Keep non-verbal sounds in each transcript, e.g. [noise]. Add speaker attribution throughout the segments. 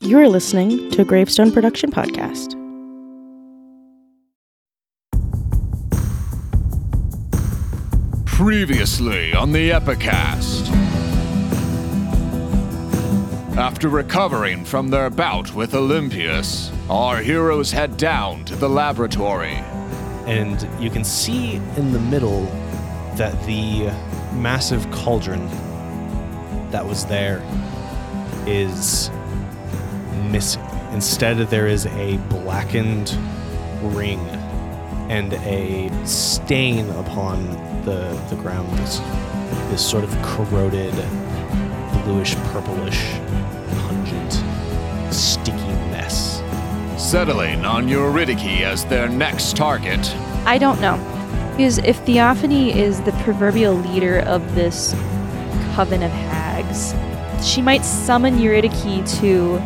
Speaker 1: You're listening to a Gravestone Production Podcast.
Speaker 2: Previously on the Epicast. After recovering from their bout with Olympius, our heroes head down to the laboratory.
Speaker 3: and you can see in the middle that the massive cauldron that was there is missing. Instead, there is a blackened ring and a stain upon the, the ground. This, this sort of corroded, bluish, purplish, pungent, sticky mess.
Speaker 2: Settling on Eurydice as their next target,
Speaker 4: I don't know. Because if Theophany is the proverbial leader of this coven of hags, she might summon Eurydice to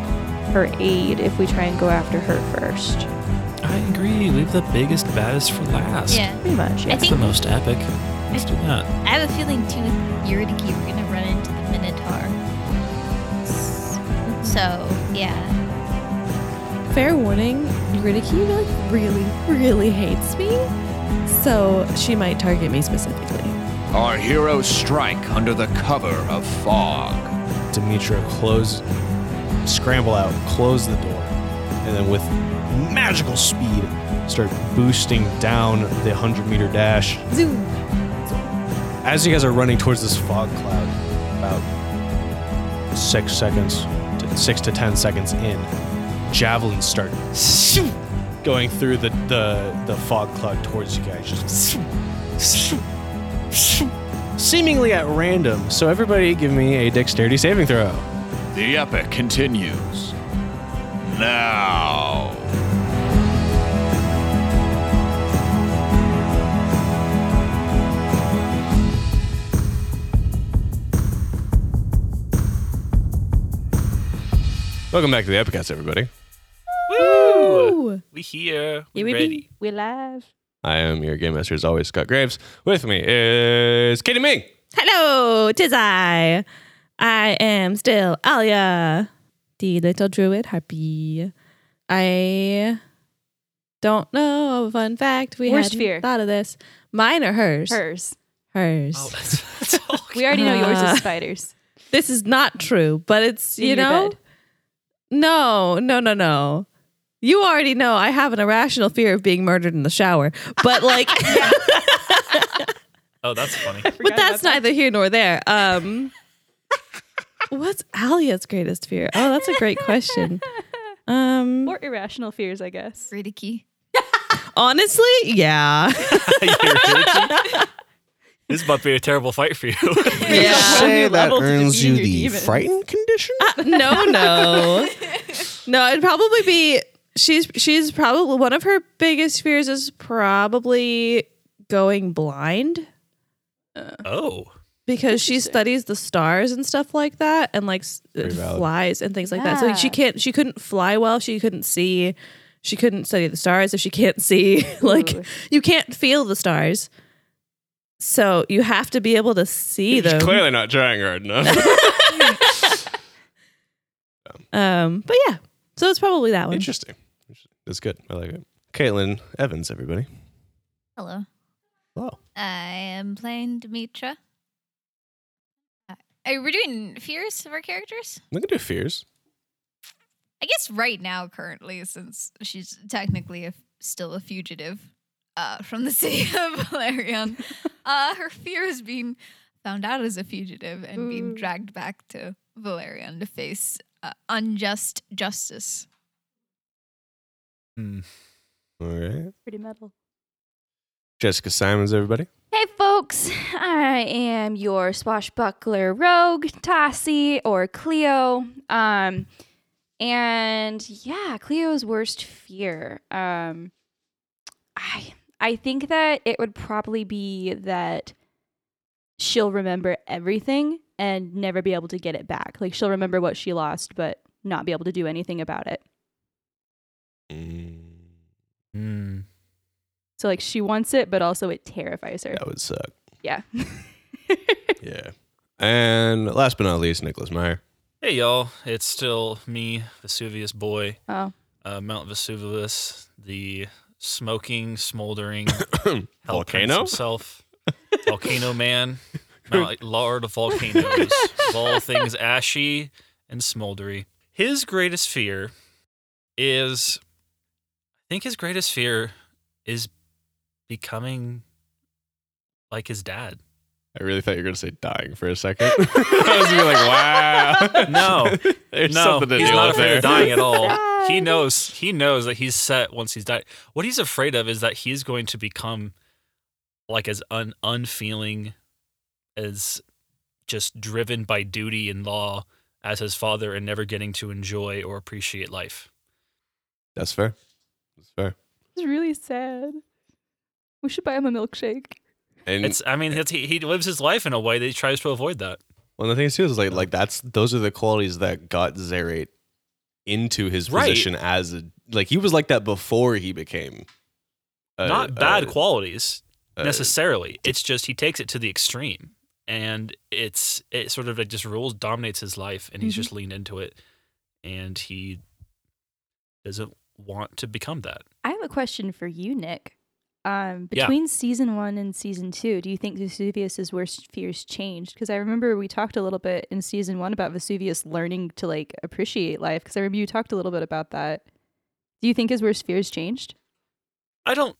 Speaker 4: her aid if we try and go after her first.
Speaker 5: I agree. Leave the biggest, baddest for last.
Speaker 6: Yeah.
Speaker 4: Pretty much, yeah.
Speaker 6: I
Speaker 5: That's
Speaker 6: think-
Speaker 5: the most epic. Let's do that.
Speaker 6: I have a feeling too with Eurydice we're gonna run into the Minotaur. S- So yeah.
Speaker 7: Fair warning, Eurydice like really, really hates me, so she might target me specifically.
Speaker 2: our heroes strike under the cover of fog.
Speaker 3: Demetra close, scramble out, close the door, and then with magical speed, start boosting down the 100 meter dash.
Speaker 7: Zoom.
Speaker 3: As you guys are running towards this fog cloud, about six seconds, to, six to 10 seconds in, javelins start shoo, going through the, the, the fog cloud towards you guys. Just shoo, shoo, shoo, seemingly at random. So, everybody give me a dexterity saving throw.
Speaker 2: The epic continues. Now.
Speaker 8: Welcome back to the Epicast, everybody.
Speaker 7: Ooh.
Speaker 5: We here.
Speaker 7: Yeah, we be.
Speaker 4: We're live.
Speaker 8: I am your game master, as always, Scott Graves. With me is Katie Ming.
Speaker 7: Hello, tis I. I am still Alia, the little druid harpy. I don't know a fun fact. We
Speaker 4: Worst
Speaker 7: hadn't
Speaker 4: fear.
Speaker 7: thought of this. Mine or hers?
Speaker 4: Hers.
Speaker 7: Hers.
Speaker 4: [laughs] We already know yours
Speaker 7: Uh,
Speaker 4: is spiders.
Speaker 7: This is not true, but it's
Speaker 4: In
Speaker 7: you
Speaker 4: your
Speaker 7: know.
Speaker 4: bed.
Speaker 7: No, no, no, no. You already know I have an irrational fear of being murdered in the shower, but
Speaker 4: [laughs]
Speaker 7: like,
Speaker 5: Oh, that's funny.
Speaker 7: but that's neither here nor there.
Speaker 4: [laughs]
Speaker 7: Um, what's Alia's greatest fear? Oh, that's a great question. Um,
Speaker 4: Or irrational fears, I guess.
Speaker 6: Eurydice.
Speaker 7: honestly,
Speaker 3: [laughs]
Speaker 7: yeah,
Speaker 5: this might be a terrible fight for you. [laughs]
Speaker 3: say that earns you
Speaker 4: your
Speaker 3: the
Speaker 4: demons.
Speaker 3: frightened condition?
Speaker 7: Uh,
Speaker 3: [laughs]
Speaker 7: no, no, no. It'd probably be she's she's probably one of her biggest fears is probably going blind.
Speaker 5: oh.
Speaker 7: because she studies the stars and stuff like that and like s- uh,
Speaker 3: Very valid.
Speaker 7: flies and things like that so like, she
Speaker 4: Yeah.
Speaker 7: can't she couldn't fly well she couldn't see she couldn't study the stars if she can't see [laughs] like
Speaker 4: Ooh.
Speaker 7: you can't feel the stars so you have to be able to see
Speaker 8: She's
Speaker 7: them
Speaker 8: clearly not trying hard enough.
Speaker 7: um but yeah so it's probably that one
Speaker 8: Interesting. That's good. I like it. Caitlin Evans, everybody.
Speaker 6: Hello.
Speaker 8: Hello.
Speaker 6: I am playing Demetra. Uh, Are we doing fears of our characters?
Speaker 8: We can do fears.
Speaker 6: I guess right now, currently, since she's technically a, still a fugitive uh, [laughs] from the city of [laughs] Valerian, uh, her fear is being found out as a fugitive and being dragged back to Valerian to face uh, unjust justice.
Speaker 8: All right.
Speaker 4: Pretty metal.
Speaker 8: Jessica Simons, everybody.
Speaker 4: Hey, folks. I am your swashbuckler rogue, Tassie or Cleo. Um, and yeah, Cleo's worst fear. Um, I I think that it would probably be that she'll remember everything and never be able to get it back. Like she'll remember what she lost, but not be able to do anything about it.
Speaker 8: Mm,
Speaker 5: Mm.
Speaker 4: So like she wants it, but also it terrifies her.
Speaker 8: that would suck.
Speaker 4: Yeah. [laughs]
Speaker 8: Yeah. And last but not least, Nicholas Meyer.
Speaker 5: Hey, y'all. It's still me, Vesuvius Boy,
Speaker 4: Oh,
Speaker 5: uh, Mount Vesuvius, the smoking, smoldering hell prince
Speaker 3: Volcano?
Speaker 5: himself, volcano man, Mount Lord of volcanoes, of all things ashy and smoldery. His greatest fear is, I think his greatest fear is becoming like his dad.
Speaker 3: I really thought you were going to say dying for
Speaker 8: [laughs]
Speaker 3: a
Speaker 5: [laughs]
Speaker 3: second. I was gonna be like, wow.
Speaker 5: No,
Speaker 3: There's
Speaker 5: no,
Speaker 3: something to
Speaker 5: he's
Speaker 3: deal
Speaker 5: not
Speaker 3: with
Speaker 5: afraid
Speaker 3: there.
Speaker 5: of dying at all. he knows. He knows that he's set once he's died. What he's afraid of is that he's going to become like as un- unfeeling, as just driven by duty and law as his father, and never getting to enjoy or appreciate life.
Speaker 3: That's fair. That's fair.
Speaker 4: it's really sad. We should buy him a milkshake.
Speaker 3: And
Speaker 5: It's. I mean, it's, he he lives his life in a way that he tries to avoid that.
Speaker 3: one of the things too is like like that's those are the qualities that got Zarate into his
Speaker 5: Right.
Speaker 3: position as a like he was like that before he became a-
Speaker 5: Not bad
Speaker 3: a-
Speaker 5: qualities
Speaker 3: a-
Speaker 5: necessarily. it's just he takes it to the extreme, and it's it sort of like just rules dominates his life, and he's just leaned into it, and he doesn't want to become that.
Speaker 4: I have a question for you, Nick. Um,
Speaker 5: Yeah.
Speaker 4: between season one and season two, do you think Vesuvius's worst fears changed? Because I remember we talked a little bit in season one about Vesuvius learning to like appreciate life. Because I remember you talked a little bit about that. Do you think his worst fears changed?
Speaker 5: I don't.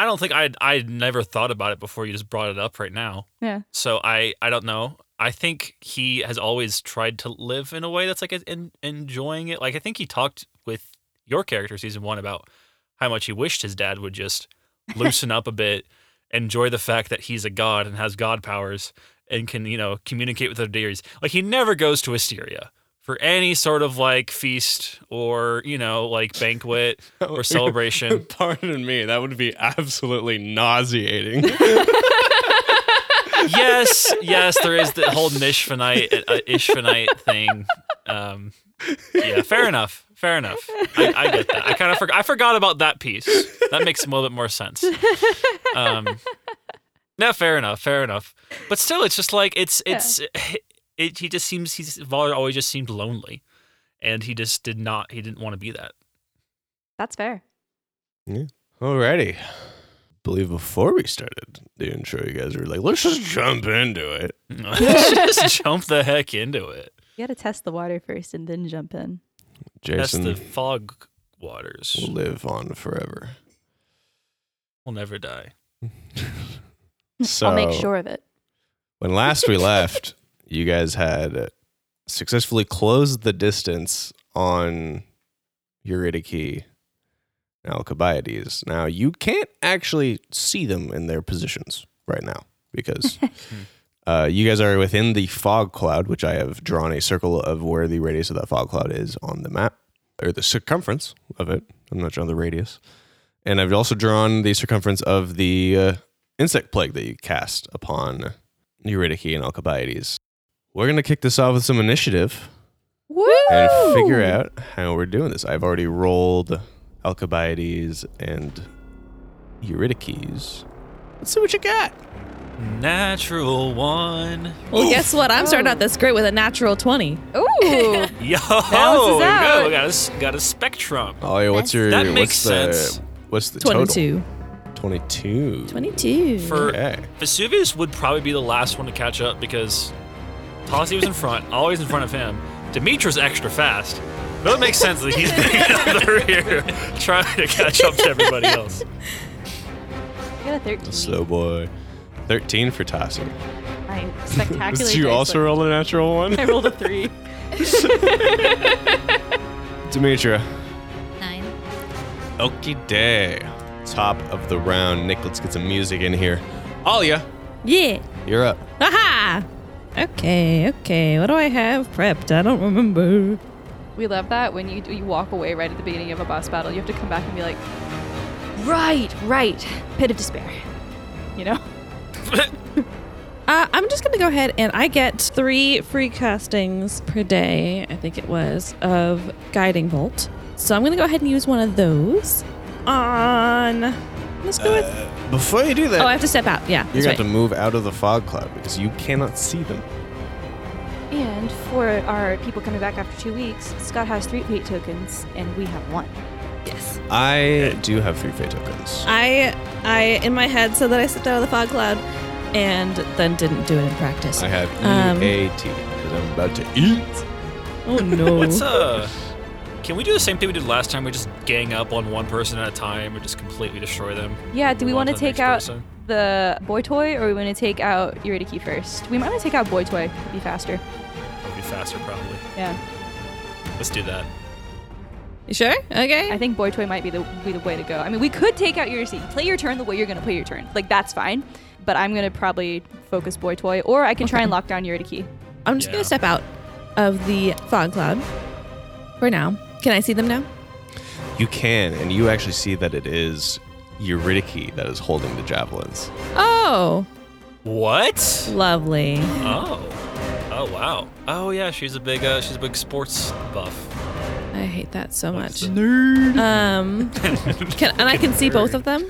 Speaker 5: I don't think I I never thought about it before you just brought it up right now.
Speaker 4: Yeah.
Speaker 5: So I I don't know. I think he has always tried to live in a way that's like en- enjoying it. Like I think he talked with your character season one about how much he wished his dad would just loosen up a bit, enjoy the fact that he's a god and has god powers and can you know communicate with other deities. Like he never goes to Asteria for any sort of like feast or you know like banquet or celebration.
Speaker 3: [laughs] Pardon me, that would be absolutely nauseating.
Speaker 5: [laughs] yes, yes, there is the whole Nishvanite, uh, Ishvanite thing. Um, yeah, fair enough. Fair enough. I, I get that. I kind of forgot. I forgot about that piece. That makes a little bit more sense. Um, no, fair enough. Fair enough. But still, it's just like it's it's [laughs] it. He just seems he's Valar always just seemed lonely, and he just did not. He didn't want to be that. [laughs]
Speaker 4: That's fair.
Speaker 3: Alrighty. believe before we started the intro, you guys were like, let's just jump into it.
Speaker 5: just jump the heck into it.
Speaker 4: You got to test the water first and then jump in.
Speaker 5: That's
Speaker 3: Jason
Speaker 5: the fog waters.
Speaker 3: will live on forever.
Speaker 5: We'll never die.
Speaker 3: So
Speaker 4: I'll make sure of it.
Speaker 3: when last we left, you guys had successfully closed the distance on Eurydice and Alcibiades. Now you can't actually see them in their positions right now because uh, you guys are within the fog cloud, which I have drawn a circle of where the radius of that fog cloud is on the map or the circumference of it. I'm not drawing the radius, and I've also drawn the circumference of the uh, insect plague that you cast upon Eurydice and Alcibiades. We're gonna kick this off with some initiative
Speaker 4: Woo!
Speaker 3: and figure out how we're doing this. I've already rolled Alcibiades and Eurydice. Let's see what you got.
Speaker 5: Natural one.
Speaker 7: Well, guess what? I'm starting out this great with a natural 20. [laughs]
Speaker 4: Ooh,
Speaker 5: Yo,
Speaker 4: Balances out.
Speaker 5: we got a, s- got a spectrum.
Speaker 3: Oh yeah, what's your
Speaker 5: That
Speaker 3: what's
Speaker 5: makes
Speaker 3: the,
Speaker 5: sense.
Speaker 3: What's the
Speaker 7: 22.
Speaker 3: total? Twenty-two.
Speaker 7: 22.
Speaker 5: For
Speaker 3: Okay.
Speaker 5: Vesuvius would probably be the last one to catch up because Tossie was in front, always in front of him. Demetra's extra fast. But it makes sense that he's [laughs] picking up the rear, trying to catch up to everybody else.
Speaker 4: I got a
Speaker 3: [laughs]
Speaker 4: thirteen.
Speaker 3: Slow boy. Thirteen for Tassi.
Speaker 4: I [laughs] spectacular.
Speaker 3: Did you also roll a natural one?
Speaker 4: I rolled a three.
Speaker 3: [laughs] Demetra.
Speaker 6: Nine.
Speaker 3: Okie day. Top of the round. Nick, let's get some music in here. Alia,
Speaker 7: Yeah.
Speaker 3: you're up.
Speaker 7: Aha! Okay, okay. What do I have prepped? I don't remember.
Speaker 4: We love that when you you walk away right at the beginning of a boss battle, you have to come back and be like, right, right, pit of despair. You know,
Speaker 7: Uh, I'm just going to go ahead and I get three free castings per day, I think it was, of Guiding Bolt. So I'm going to go ahead and use one of those on. Let's go with.
Speaker 3: Before you do that,
Speaker 7: Oh, I have to step out. Yeah.
Speaker 3: you're
Speaker 7: that's
Speaker 3: going to
Speaker 7: right.
Speaker 3: move out of the fog cloud because you cannot see them.
Speaker 4: and And for our people coming back after two weeks, Scott has three fate tokens, and we have one.
Speaker 7: Yes.
Speaker 3: I do have three fate tokens.
Speaker 7: I I in my head said that I slipped out of the fog cloud and then didn't do it in practice.
Speaker 3: I have
Speaker 7: Um,
Speaker 3: EAT because I'm about to eat.
Speaker 7: oh no.
Speaker 5: [laughs] What's uh? Can we do the same thing we did last time? We just gang up on one person at a time and just completely destroy them.
Speaker 4: Yeah, do we
Speaker 5: Move on
Speaker 4: want to
Speaker 5: the
Speaker 4: take
Speaker 5: next
Speaker 4: out
Speaker 5: person?
Speaker 4: the boy toy or we want to take out Eurydice first? We might want to take out boy toy. It'd be faster.
Speaker 5: That'd be faster, probably.
Speaker 4: Yeah.
Speaker 5: Let's do that.
Speaker 7: You sure?
Speaker 4: I
Speaker 7: Okay.
Speaker 4: think boy toy might be the, be the way to go. I mean, we could take out Eurydice. Play your turn the way you're going to play your turn. Like, that's fine. But I'm going to probably focus boy toy, or I can try [laughs] and lock down Eurydice.
Speaker 7: I'm just
Speaker 5: Yeah.
Speaker 7: gonna step out of the fog cloud for now. Can I see them now?
Speaker 3: You can, and you actually see that it is Eurydice that is holding the javelins.
Speaker 7: Oh,
Speaker 5: What?
Speaker 7: lovely.
Speaker 5: Oh. Oh wow. Oh yeah, she's a big uh, she's a big sports buff.
Speaker 7: I hate that so much.
Speaker 5: a
Speaker 7: Um, can, and I can see both of them.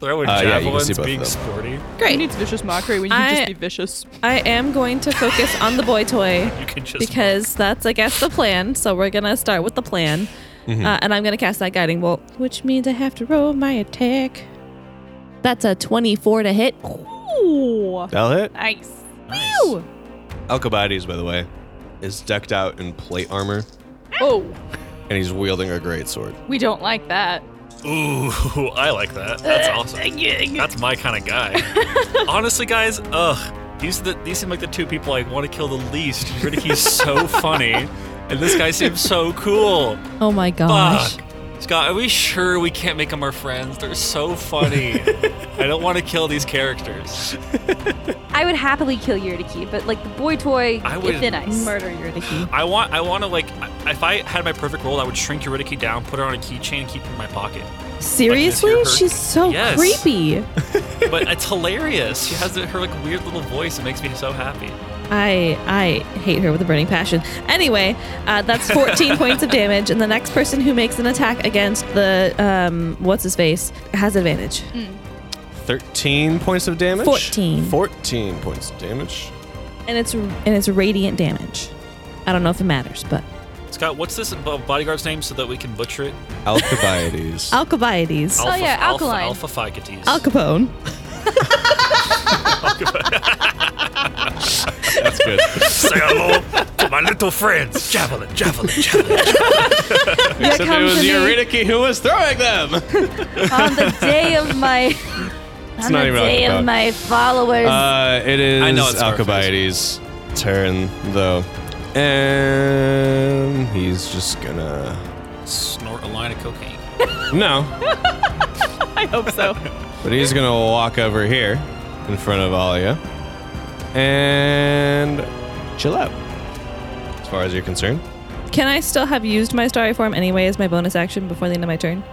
Speaker 5: Throwing
Speaker 3: Uh, yeah, you can
Speaker 5: javelins,
Speaker 3: see both of
Speaker 5: being
Speaker 3: them.
Speaker 5: sporty.
Speaker 7: Great.
Speaker 4: needs vicious mockery when
Speaker 7: you can just I- be
Speaker 4: vicious?
Speaker 7: I am going to focus on the boy toy
Speaker 5: You can just
Speaker 7: because that's, I guess, the plan. So we're gonna start with the plan,
Speaker 5: Mm-hmm.
Speaker 7: uh, and I'm gonna cast that guiding bolt, which means I have to roll my attack. That's a 24 to hit.
Speaker 4: Ooh.
Speaker 3: That'll hit.
Speaker 4: Nice.
Speaker 5: Nice.
Speaker 3: Alcibiades, by the way, is decked out in plate armor,
Speaker 4: Oh,
Speaker 3: and he's wielding a great sword.
Speaker 4: we don't like that.
Speaker 5: Ooh, [laughs] I like that. That's awesome. That's my kind of guy.
Speaker 7: [laughs]
Speaker 5: Honestly, guys, ugh, these are the, these seem like the two people I want to kill the least. Eurydice's
Speaker 7: [laughs]
Speaker 5: so funny, and this guy seems so cool.
Speaker 7: Oh my gosh.
Speaker 5: Fuck. Scott, are we sure we can't make them our friends? They're so funny.
Speaker 7: [laughs]
Speaker 5: I don't want to kill these characters.
Speaker 4: I would happily kill Eurydice, but like the boy toy,
Speaker 5: I
Speaker 4: it's
Speaker 5: would
Speaker 4: thin ice.
Speaker 7: Murder Eurydice.
Speaker 5: I want, I want to like, I- if I had my perfect role, I would shrink Eurydice down, put her on a keychain, and keep her in my pocket.
Speaker 7: Seriously?
Speaker 5: Like, this here
Speaker 7: She's so
Speaker 5: Yes.
Speaker 7: creepy.
Speaker 4: [laughs]
Speaker 5: But it's hilarious. She has her like weird little voice. It makes me so happy.
Speaker 7: I I hate her with a burning passion. Anyway, uh,
Speaker 3: [laughs]
Speaker 7: that's 14 points of damage, and the next person who makes an attack against the um what's his face has advantage.
Speaker 3: Mm. 13 points of damage?
Speaker 7: 14.
Speaker 3: 14 points of damage.
Speaker 7: and it's and it's radiant damage. I don't know if it matters, but
Speaker 5: Scott, what's this bo- bodyguard's name so that we can butcher it?
Speaker 4: [laughs] Oh.
Speaker 3: Alcibiades.
Speaker 7: Alcibiades,
Speaker 5: Alpha,
Speaker 4: yeah, alkaline.
Speaker 5: Alpha, alpha Ficates.
Speaker 7: Al Capone.
Speaker 3: That's
Speaker 4: [laughs]
Speaker 3: good.
Speaker 5: Say hello to my little friends.
Speaker 4: [laughs]
Speaker 5: Javelin, javelin, javelin.
Speaker 3: Except it was Eurydice who was throwing them.
Speaker 4: [laughs] on the day of my
Speaker 3: [laughs] It's
Speaker 4: on
Speaker 3: not
Speaker 4: the
Speaker 3: even
Speaker 4: day
Speaker 3: Alcibiades.
Speaker 4: of my followers.
Speaker 3: Uh, it is
Speaker 5: I know it's Scarface.
Speaker 3: Alcibiades' turn, though. And he's just gonna.
Speaker 5: Snort a line of cocaine.
Speaker 7: [laughs]
Speaker 3: No. I hope so. But he's gonna walk over here in front of Alia and chill out. As far as you're concerned.
Speaker 7: Can I still have used my starry form anyway as my bonus action before the end of my turn?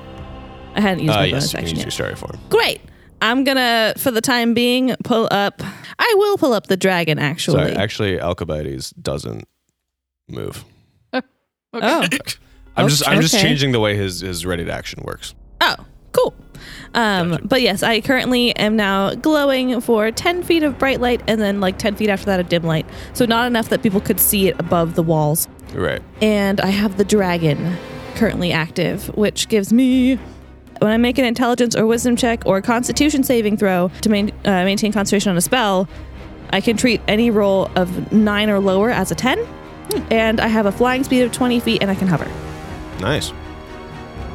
Speaker 7: I hadn't used
Speaker 3: Uh,
Speaker 7: my
Speaker 3: yes,
Speaker 7: bonus
Speaker 3: you can
Speaker 7: action
Speaker 3: use your story
Speaker 7: yet.
Speaker 3: form.
Speaker 7: Great. I'm gonna, for the time being, pull up. I will pull up the dragon actually.
Speaker 3: Sorry, actually, Alcibiades doesn't move.
Speaker 7: oh,
Speaker 3: I'm just I'm just
Speaker 7: Okay.
Speaker 3: changing the way his his ready to action works.
Speaker 7: oh, cool. Um, But yes, I currently am now glowing for 10 feet of bright light and then like 10 feet after that of dim light. So not enough that people could see it above the walls.
Speaker 3: Right.
Speaker 7: and I have the dragon currently active, which gives me when I make an intelligence or wisdom check or constitution saving throw to main, uh, maintain concentration on a spell, I can treat any roll of nine or lower as a 10. And I have a flying speed of 20 feet and I can hover.
Speaker 3: Nice.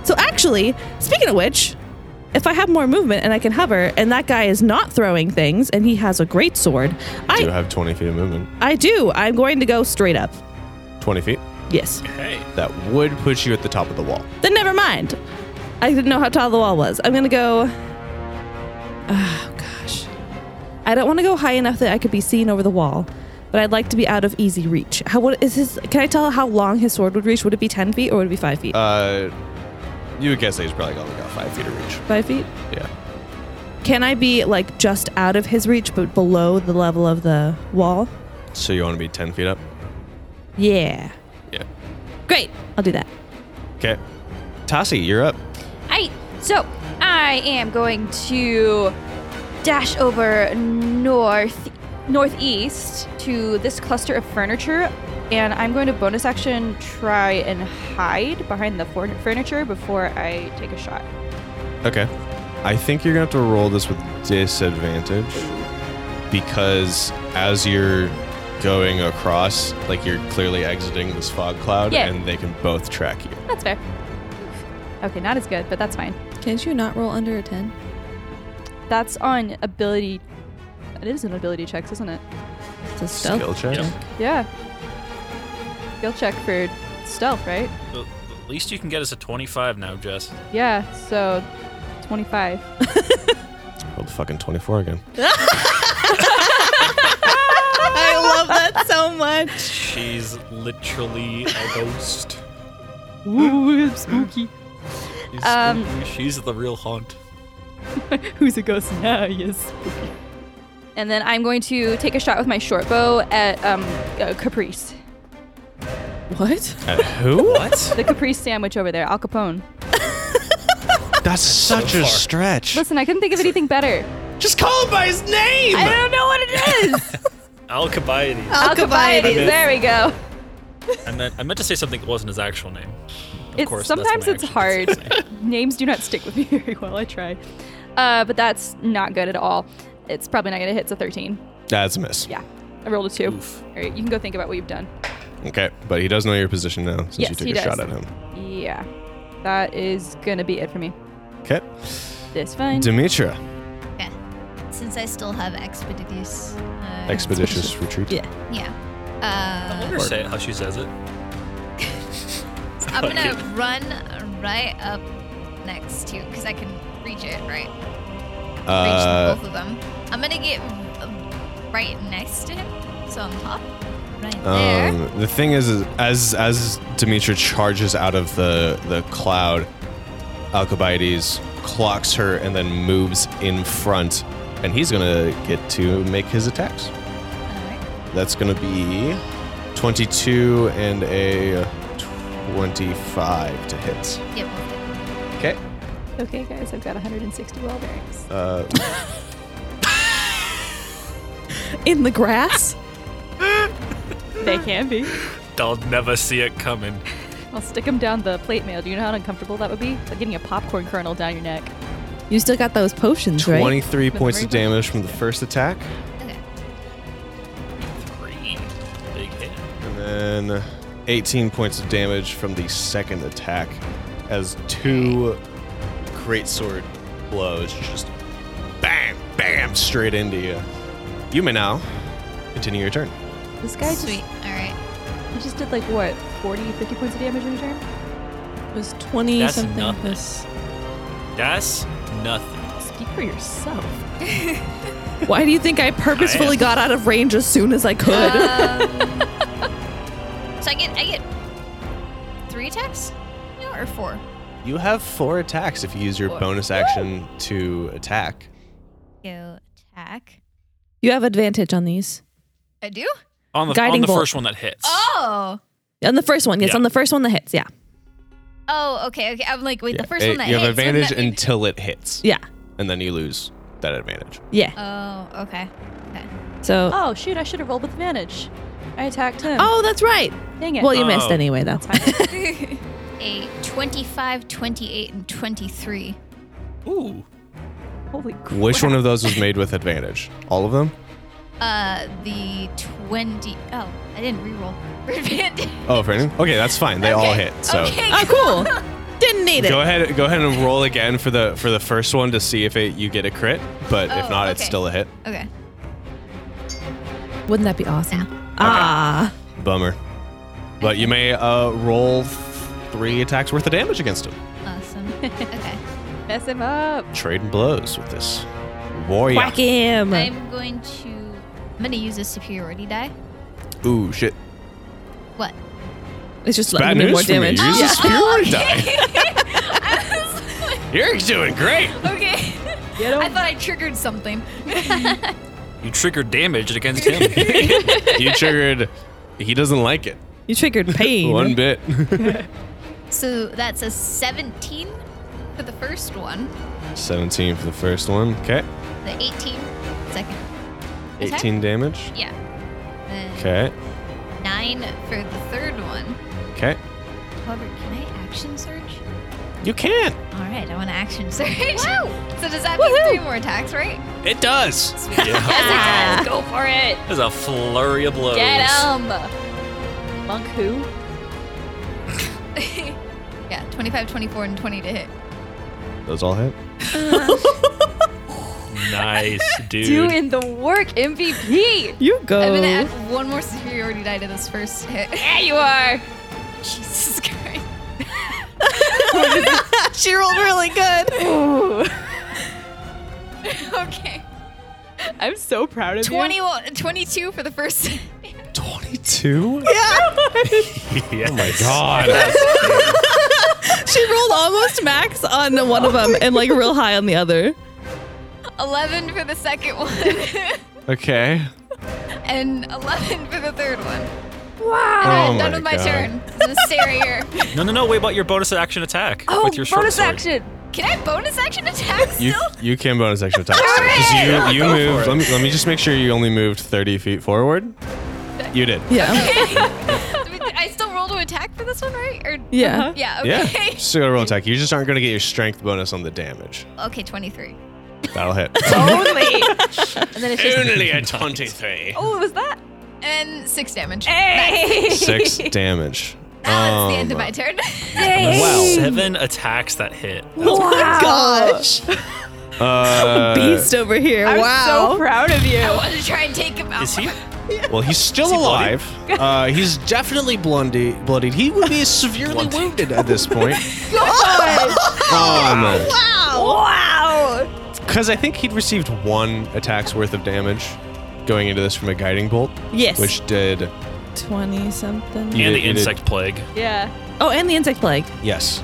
Speaker 7: So, actually, speaking of which, if I have more movement and I can hover, and that guy is not throwing things and he has a great sword,
Speaker 3: You
Speaker 7: I,
Speaker 3: have 20 feet of movement.
Speaker 7: I do. I'm going to go straight up.
Speaker 3: 20 feet.
Speaker 7: Yes.
Speaker 5: Hey.
Speaker 3: That would put you at the top of the wall.
Speaker 7: Then never mind. I didn't know how tall the wall was. I'm gonna go. [sighs] Oh gosh, I don't want to go high enough that I could be seen over the wall, but I'd like to be out of easy reach. How what is his? Can I tell how long his sword would reach? Would it be ten feet or would it be five feet?
Speaker 3: Uh, you would guess that he's probably only got five feet of reach.
Speaker 7: five feet.
Speaker 3: Yeah.
Speaker 7: Can I be like just out of his reach, but below the level of the wall?
Speaker 3: So you want to be 10 feet up?
Speaker 7: Yeah.
Speaker 3: Yeah.
Speaker 7: Great. I'll do that.
Speaker 3: Okay. Tassi, you're up.
Speaker 4: I so I am going to dash over northeast northeast to this cluster of furniture, and I'm going to bonus action try and hide behind the for- furniture before I take a shot.
Speaker 3: Okay. I think you're going to have to roll this with disadvantage because as you're going across, like you're clearly exiting this fog cloud
Speaker 4: Yeah.
Speaker 3: and they can both track you.
Speaker 4: That's fair. Okay, not as good, but that's fine.
Speaker 7: Can't you not roll under a 10?
Speaker 4: That's on ability. It is an ability checks, isn't it?
Speaker 7: It's a stealth.
Speaker 3: Skill check.
Speaker 5: Yep.
Speaker 4: Yeah. Skill check for stealth, right?
Speaker 5: The, the least you can get is a 25 now, Jess.
Speaker 4: Yeah, so 25.
Speaker 3: Rolled a fucking 24 again.
Speaker 7: I love that so [laughs] much.
Speaker 5: She's literally
Speaker 4: [laughs]
Speaker 5: a ghost.
Speaker 4: Ooh, spooky.
Speaker 5: She's,
Speaker 4: Um,
Speaker 5: spooky. She's the real haunt.
Speaker 4: Who's a ghost now? Yes. And then I'm going to take a shot with my short bow at um, uh, Caprice.
Speaker 7: What?
Speaker 3: At who?
Speaker 5: What?
Speaker 4: The Caprice sandwich over there, Al Capone.
Speaker 3: That's such a
Speaker 5: far.
Speaker 3: stretch.
Speaker 4: Listen, I couldn't think of anything better.
Speaker 3: Just call him by his name.
Speaker 4: I don't know what it
Speaker 5: [laughs]
Speaker 4: is.
Speaker 5: Alcibiades.
Speaker 4: Alcibiades. There we go.
Speaker 5: I meant, I meant to say something that wasn't his actual name. Of
Speaker 4: It's-
Speaker 5: course,
Speaker 4: sometimes
Speaker 5: that's
Speaker 4: it's
Speaker 5: when I [laughs] actually
Speaker 4: hard. Names do not stick with me [laughs] very well. I try, uh, but that's not good at all. It's probably not going to hit. It's a 13.
Speaker 3: That's a miss.
Speaker 4: Yeah, I rolled a two.
Speaker 5: Oof.
Speaker 4: All right, you can go think about what you've done.
Speaker 3: Okay, but he does know your position now since
Speaker 4: Yes,
Speaker 3: you took
Speaker 4: he
Speaker 3: a
Speaker 4: does.
Speaker 3: shot at him.
Speaker 4: Yeah, that is going to be it for me.
Speaker 3: Okay.
Speaker 4: This fine.
Speaker 3: Demetra,
Speaker 6: Okay. Since I still have expeditious. Uh,
Speaker 3: expeditious retreat.
Speaker 7: Yeah.
Speaker 6: yeah.
Speaker 5: I
Speaker 6: Uh,
Speaker 5: wonder say it how she says it.
Speaker 6: I'm gonna run right up next to because I can reach it right. Reach
Speaker 3: Uh,
Speaker 6: both of them. I'm gonna get uh, right next to him, so on top, right there.
Speaker 3: Um, the thing is, is as as Demetra charges out of the the cloud, Alcibiades clocks her and then moves in front, and he's gonna get to make his attacks.
Speaker 6: Alright.
Speaker 3: That's gonna be twenty-two and a twenty-five to hit.
Speaker 6: Yeah, both hit.
Speaker 3: Okay.
Speaker 4: Okay, guys, I've got 160 ball bearings.
Speaker 3: Uh,
Speaker 7: In the grass?
Speaker 4: They can be.
Speaker 5: They'll never see it coming.
Speaker 4: I'll stick them down the plate mail. Do you know how uncomfortable that would be? It's like getting a popcorn kernel down your neck.
Speaker 7: you still got those potions, right?
Speaker 3: twenty-three
Speaker 4: With
Speaker 3: points of
Speaker 4: Raven?
Speaker 3: damage from the first attack,
Speaker 6: Okay.
Speaker 5: Three. Big hit.
Speaker 3: and then eighteen points of damage from the second attack, as two great sword blows just bam, bam, straight into you. You may now continue your turn.
Speaker 4: This guy just,
Speaker 6: Sweet. All right.
Speaker 4: he just did like what, 40, 50 points of damage in a turn?
Speaker 7: It was 20
Speaker 5: That's
Speaker 7: something.
Speaker 5: nothing.
Speaker 7: plus-
Speaker 5: That's nothing.
Speaker 4: Speak for yourself.
Speaker 7: [laughs] Why do you think I
Speaker 5: am.
Speaker 7: purposefully got out of range as soon as I could?
Speaker 6: Um, So I get I get three attacks, no, or four.
Speaker 3: You have four attacks if you use your bonus action to attack.
Speaker 6: Go attack.
Speaker 7: you have advantage on these.
Speaker 6: I do.
Speaker 5: On the, on
Speaker 7: Guiding
Speaker 5: the
Speaker 7: bolt.
Speaker 5: first one that hits.
Speaker 6: Oh.
Speaker 7: On the first one, yes,
Speaker 5: Yeah.
Speaker 7: on the first one that hits, yeah.
Speaker 6: Oh, okay, okay. I'm like, wait, the first
Speaker 3: Eh,
Speaker 6: one that
Speaker 3: you have
Speaker 6: hits, wouldn't
Speaker 3: advantage
Speaker 6: that be-
Speaker 3: until it hits,
Speaker 7: Yeah.
Speaker 3: and then you lose that advantage.
Speaker 7: Yeah.
Speaker 6: Oh, okay. Okay.
Speaker 7: So
Speaker 4: Oh shoot! I should have rolled with advantage. I attacked him.
Speaker 7: Oh, that's right.
Speaker 4: dang it!
Speaker 7: Well, you missed
Speaker 5: Oh.
Speaker 7: anyway, though.
Speaker 6: A 25, 28, and 23.
Speaker 5: Ooh.
Speaker 4: holy crap!
Speaker 3: Which one of those was made with advantage? All of them?
Speaker 6: Uh, the 20. Oh, I didn't reroll. [laughs] For advantage.
Speaker 3: Oh, for any? Okay, that's fine. They all
Speaker 6: Okay,
Speaker 3: hit. So
Speaker 6: Okay.
Speaker 7: Oh, cool. [laughs] Didn't need it.
Speaker 3: go ahead, go ahead and roll again for the for the first one to see if it you get a crit. But if
Speaker 6: Oh,
Speaker 3: not, it's
Speaker 6: okay.
Speaker 3: still a hit.
Speaker 6: Okay.
Speaker 7: Wouldn't that be awesome? Ah.
Speaker 3: Bummer. But you may uh, roll f- three attacks worth of damage against him.
Speaker 6: Awesome. Okay.
Speaker 4: Mess him up.
Speaker 3: Trading blows with this warrior.
Speaker 7: Whack him.
Speaker 6: I'm going to. I'm going to use a superiority die.
Speaker 3: Ooh, shit.
Speaker 6: What?
Speaker 7: it's just
Speaker 3: Bad
Speaker 7: letting me do
Speaker 3: news
Speaker 7: more
Speaker 3: for me.
Speaker 7: damage.
Speaker 3: Use
Speaker 7: Yeah.
Speaker 3: a
Speaker 7: [laughs]
Speaker 3: superiority die. You're doing great.
Speaker 6: Okay. [laughs]
Speaker 4: Get him.
Speaker 6: I thought I triggered something.
Speaker 5: You triggered damage against him.
Speaker 3: You triggered. He doesn't like it
Speaker 7: You triggered
Speaker 3: [laughs]
Speaker 7: pain.
Speaker 3: one
Speaker 7: [laughs]
Speaker 3: bit.
Speaker 6: So that's a 17 for the first one,
Speaker 3: Seventeen for the first one. Okay.
Speaker 6: the 18 second. Okay.
Speaker 3: 18 damage.
Speaker 6: Yeah. Then
Speaker 3: Okay.
Speaker 6: Nine for the third one.
Speaker 3: Okay.
Speaker 6: However, can I action surge?
Speaker 9: You can't.
Speaker 6: All right, I want to action [laughs] surge. So does that mean three more attacks, right?
Speaker 5: It
Speaker 6: [laughs]
Speaker 5: does. Yeah.
Speaker 6: Yes, it does. Go for it.
Speaker 5: There's a flurry of blows.
Speaker 6: Get him.
Speaker 4: Monk who?
Speaker 6: yeah, 25, 24, and 20 to hit.
Speaker 3: Those all hit.
Speaker 5: Nice, dude.
Speaker 4: Doing the work, MVP.
Speaker 7: You go.
Speaker 6: I'm gonna add one more superiority die to this first hit.
Speaker 4: Yeah, you are.
Speaker 6: Jesus [laughs] Christ.
Speaker 7: she rolled really good.
Speaker 4: [laughs]
Speaker 6: [laughs] okay.
Speaker 7: I'm so proud of
Speaker 6: 20, 22 for the first.
Speaker 3: 22?
Speaker 7: [laughs]
Speaker 5: Yes.
Speaker 3: Oh my god.
Speaker 7: [laughs] She rolled almost max on the one of them and like real high on the other.
Speaker 6: 11 for the second [laughs] one.
Speaker 3: okay.
Speaker 6: and 11 for the third one.
Speaker 3: Oh my
Speaker 6: And I'm Ah, done with my
Speaker 3: God.
Speaker 6: turn. I'm gonna stay right here.
Speaker 5: No, no, no. Wait about your bonus action attack with your short
Speaker 4: bonus
Speaker 5: sword.
Speaker 4: action.
Speaker 6: Can I bonus action attack
Speaker 3: You
Speaker 6: still?
Speaker 3: you can bonus action attack. Because you, you moved. Let me, let me just make sure you only moved 30 feet forward. You did.
Speaker 4: [laughs]
Speaker 7: Yeah.
Speaker 6: I still roll to attack for this one, right? Or
Speaker 7: Yeah.
Speaker 6: yeah,
Speaker 3: Yeah.
Speaker 6: [laughs] okay.
Speaker 3: Still got a roll attack. You just aren't going to get your strength bonus on the damage.
Speaker 6: [laughs] Okay, 23.
Speaker 3: That'll hit.
Speaker 4: Only. and then it's just,
Speaker 3: Only a 23.
Speaker 4: oh, what was that?
Speaker 6: And 6 damage.
Speaker 4: Hey.
Speaker 3: Six damage.
Speaker 6: That's the
Speaker 3: Um,
Speaker 6: end of my turn. [laughs]
Speaker 5: Seven attacks that hit.
Speaker 7: Oh my
Speaker 6: [laughs]
Speaker 7: gosh.
Speaker 3: uh,
Speaker 7: Beast over here.
Speaker 4: I'm
Speaker 7: wow.
Speaker 4: so proud of you.
Speaker 6: I want to try and take him out.
Speaker 5: Is he?
Speaker 3: Well, he's still
Speaker 5: he bloodied?
Speaker 3: alive.
Speaker 5: [laughs]
Speaker 3: Uh, he's definitely blundy, bloodied. He would be severely
Speaker 5: Blunted.
Speaker 3: wounded at this
Speaker 5: [laughs]
Speaker 3: point. Because
Speaker 4: Wow.
Speaker 3: I think he'd received one attack's worth of damage going into this from a guiding bolt,
Speaker 7: yes.
Speaker 3: which did
Speaker 7: 20 something.
Speaker 3: You did-
Speaker 5: and the
Speaker 3: you did.
Speaker 5: insect plague.
Speaker 4: Yeah.
Speaker 7: Oh, and the insect plague.
Speaker 3: yes.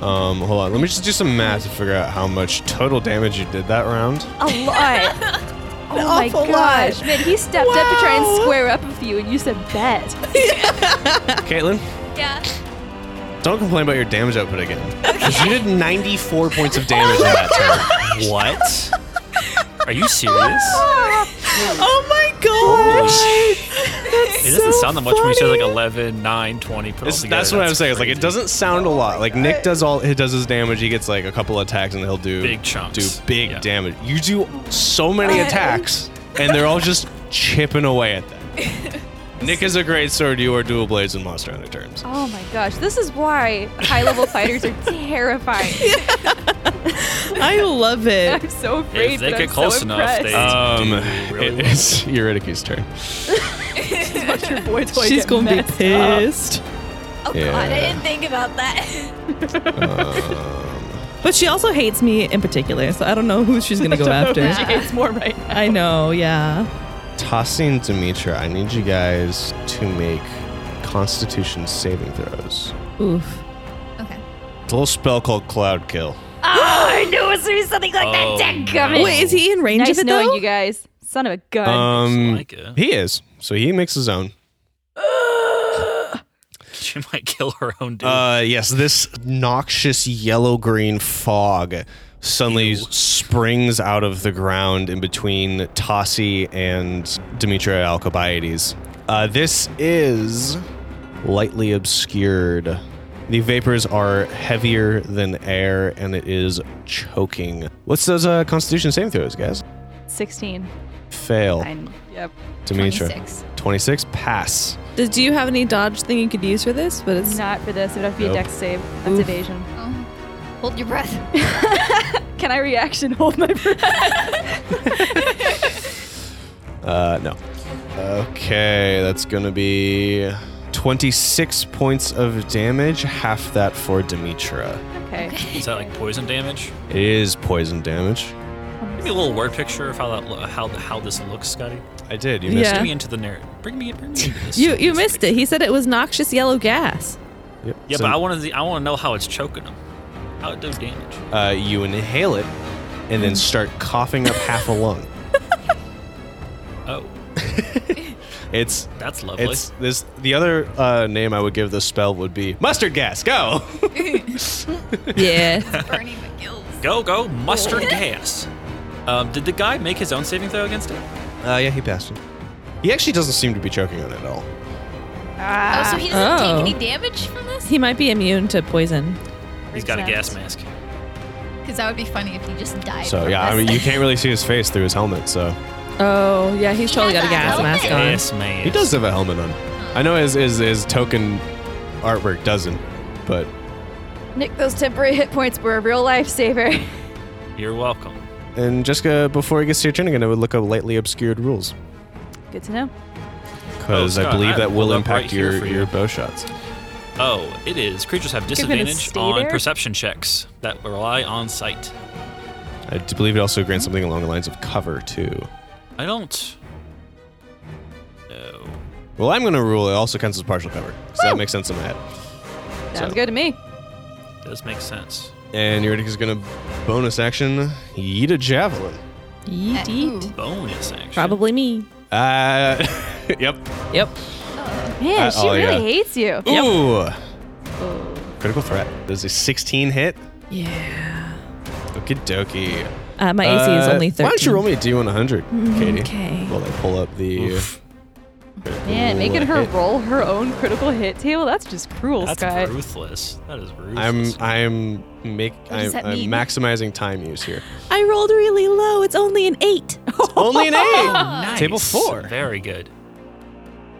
Speaker 3: Um, hold on, let me just do some math to figure out how much total damage you did that round.
Speaker 4: A lot. [laughs] oh my
Speaker 7: awful
Speaker 4: gosh.
Speaker 7: lot.
Speaker 4: Man, he stepped up to try and
Speaker 7: Wow.
Speaker 4: square up with you, and you said bet.
Speaker 3: Caitlin,
Speaker 6: [laughs] Yeah.
Speaker 3: don't complain about your damage output again. 'Cause You did 94 points of damage in
Speaker 5: [laughs]
Speaker 3: that turn.
Speaker 5: What? Are you serious?
Speaker 7: [laughs] Oh my gosh.
Speaker 5: It doesn't sound that much when you say like 11, 9, 20. Put all
Speaker 3: It's-
Speaker 5: together.
Speaker 3: that's what I was saying. It's like it
Speaker 5: crazy.
Speaker 3: doesn't sound a lot. Like Nick does all he does his damage. He gets like a couple attacks and he'll do
Speaker 5: Big chunks.
Speaker 3: Do big
Speaker 5: Yeah.
Speaker 3: damage. You do so many attacks, and they're all just chipping away at that. Nick is a great sword. You are dual blades in Monster Hunter terms.
Speaker 4: Oh my gosh. This is why high level fighters are terrifying.
Speaker 7: I love
Speaker 4: [laughs]
Speaker 7: it.
Speaker 4: I'm so afraid.
Speaker 5: If they
Speaker 4: but
Speaker 5: get
Speaker 4: I'm
Speaker 5: close
Speaker 4: so
Speaker 5: enough, they
Speaker 4: impressed.
Speaker 3: Um,
Speaker 5: really
Speaker 3: [laughs] it
Speaker 5: well.
Speaker 3: is Eurydice's turn.
Speaker 4: Your boy toy
Speaker 7: She's
Speaker 4: get
Speaker 7: gonna be
Speaker 4: messed up.
Speaker 7: pissed.
Speaker 6: Oh
Speaker 3: Yeah.
Speaker 6: god, I didn't think about that.
Speaker 7: But she also hates me in particular, so I don't know who she's gonna go after.
Speaker 6: [laughs] she
Speaker 4: It's more right.
Speaker 7: I know, yeah.
Speaker 3: Tossing and Demetra, I need you guys to make Constitution saving throws.
Speaker 7: Oof.
Speaker 6: Okay.
Speaker 3: It's a little spell called Cloud Kill.
Speaker 4: I knew it was gonna be something like
Speaker 5: Oh,
Speaker 4: that. Dadgummit.
Speaker 5: no.
Speaker 7: Wait, is he in range
Speaker 4: Nice
Speaker 7: of it
Speaker 4: knowing
Speaker 7: though?
Speaker 4: you guys. Son of a gun.
Speaker 3: Um,
Speaker 5: like
Speaker 3: [laughs]
Speaker 5: uh, it.
Speaker 3: he is. So he makes his own.
Speaker 5: She might kill her own dude.
Speaker 3: Uh, yes, this noxious yellow green fog suddenly springs out of the ground in between Tossi and Demetria Alcibiades. Uh, this is lightly obscured. The vapors are heavier than air and it is choking. What's those uh, constitution saving throws, guys?
Speaker 4: 16.
Speaker 3: Fail.
Speaker 4: Nine. Yep.
Speaker 3: Demetra.
Speaker 6: 26.
Speaker 3: 26. Pass.
Speaker 7: Does- Do you have any dodge thing you could use for this? But it's
Speaker 4: Not for this. It would have to be
Speaker 3: Nope.
Speaker 4: a dex save. That's evasion.
Speaker 6: Oh. Hold your breath.
Speaker 4: Can I reaction hold my
Speaker 7: [laughs]
Speaker 4: breath?
Speaker 3: Uh, no. Okay, that's gonna be 26 points of damage, half that for Demetra.
Speaker 4: Okay.
Speaker 5: is that like poison damage?
Speaker 3: It is poison damage.
Speaker 5: Maybe a little word picture of how that lo- how how this looks, Scotty.
Speaker 3: I did. You
Speaker 7: missed
Speaker 3: missed
Speaker 7: Yeah.
Speaker 5: Bring me into the narrative. Bring me, bring me into this.
Speaker 7: you you missed it. He said it was noxious yellow gas.
Speaker 3: it. Yep.
Speaker 5: Yeah,
Speaker 3: So,
Speaker 5: but I want to. I want to know how it's choking him. How it does damage.
Speaker 3: uh, you inhale it and then start coughing up half a lung.
Speaker 5: Oh,
Speaker 3: It's
Speaker 5: that's lovely.
Speaker 3: it's this the other uh, name I would give this spell would be mustard gas. Go.
Speaker 7: Yeah.
Speaker 6: Burning the gills.
Speaker 4: [laughs]
Speaker 5: go go mustard gas. Um, did the guy make his own saving throw against it?
Speaker 3: [laughs] Uh, yeah, he passed it. He actually doesn't seem to be choking on it at all.
Speaker 6: Oh, so he doesn't
Speaker 7: Oh.
Speaker 6: take any damage from this?
Speaker 7: [laughs] He might be immune to poison.
Speaker 5: He's got a
Speaker 4: Exactly.
Speaker 5: gas mask.
Speaker 6: Because that would be funny if he just died.
Speaker 3: So
Speaker 6: from
Speaker 3: yeah, I
Speaker 6: this.
Speaker 3: mean, you can't really see his face through his helmet. So
Speaker 7: Oh, yeah, he's
Speaker 6: He
Speaker 7: totally
Speaker 6: has
Speaker 7: got a
Speaker 6: a
Speaker 7: gas
Speaker 6: helmet?
Speaker 7: mask on.
Speaker 5: Gas mask.
Speaker 3: he does have a helmet on. I know his his, his token artwork doesn't, but
Speaker 4: Nick, those temporary hit points were a real lifesaver. [laughs]
Speaker 5: You're welcome.
Speaker 3: and Jessica, before he gets to your turn again, I would look up lightly obscured rules
Speaker 4: Good to know.
Speaker 3: because
Speaker 5: Oh,
Speaker 3: I
Speaker 5: Scott,
Speaker 3: believe
Speaker 5: I
Speaker 3: that will
Speaker 5: pulled up
Speaker 3: impact
Speaker 5: right here
Speaker 3: your
Speaker 5: for you.
Speaker 3: your bow shots.
Speaker 5: Oh, it is. Creatures have
Speaker 4: You're gonna
Speaker 5: disadvantage
Speaker 4: stay
Speaker 5: on
Speaker 4: there?
Speaker 5: perception checks that rely on sight.
Speaker 3: I d- believe it also grants something along the lines of cover too.
Speaker 5: I don't. No.
Speaker 3: Well, I'm going to rule it also counts as partial cover, so that makes sense in my head.
Speaker 4: Sounds
Speaker 3: So-
Speaker 4: good to me.
Speaker 5: Does make sense.
Speaker 3: And Eurydice is going to bonus action yeet a javelin.
Speaker 7: Yeet,
Speaker 6: Ooh.
Speaker 7: yeet.
Speaker 5: Bonus action.
Speaker 7: Probably me.
Speaker 3: Uh, [laughs] yep.
Speaker 7: Yep.
Speaker 4: Man,
Speaker 3: Uh,
Speaker 4: she
Speaker 3: oh,
Speaker 4: really
Speaker 3: yeah.
Speaker 4: hates you.
Speaker 3: Ooh. Critical threat. Does a 16 hit?
Speaker 7: Yeah.
Speaker 3: Okie dokie.
Speaker 7: Uh, my AC is
Speaker 3: Uh,
Speaker 7: only 13.
Speaker 3: Why don't you roll me a D100, Katie?
Speaker 7: Okay.
Speaker 3: While I pull up the.
Speaker 5: Oof.
Speaker 4: Man,
Speaker 3: Ooh,
Speaker 4: making
Speaker 3: I
Speaker 4: her
Speaker 3: hit.
Speaker 4: roll her own critical hit table, that's just cruel,
Speaker 5: That's
Speaker 4: Sky.
Speaker 5: ruthless. That is
Speaker 3: I'm
Speaker 5: ruthless.
Speaker 3: I'm make I'm,
Speaker 6: does that
Speaker 3: I'm
Speaker 6: mean?
Speaker 3: maximizing time use here.
Speaker 7: I rolled really low. It's only an eight.
Speaker 3: Only
Speaker 6: [laughs]
Speaker 3: an eight.
Speaker 5: Nice.
Speaker 3: Table four.
Speaker 5: Very good.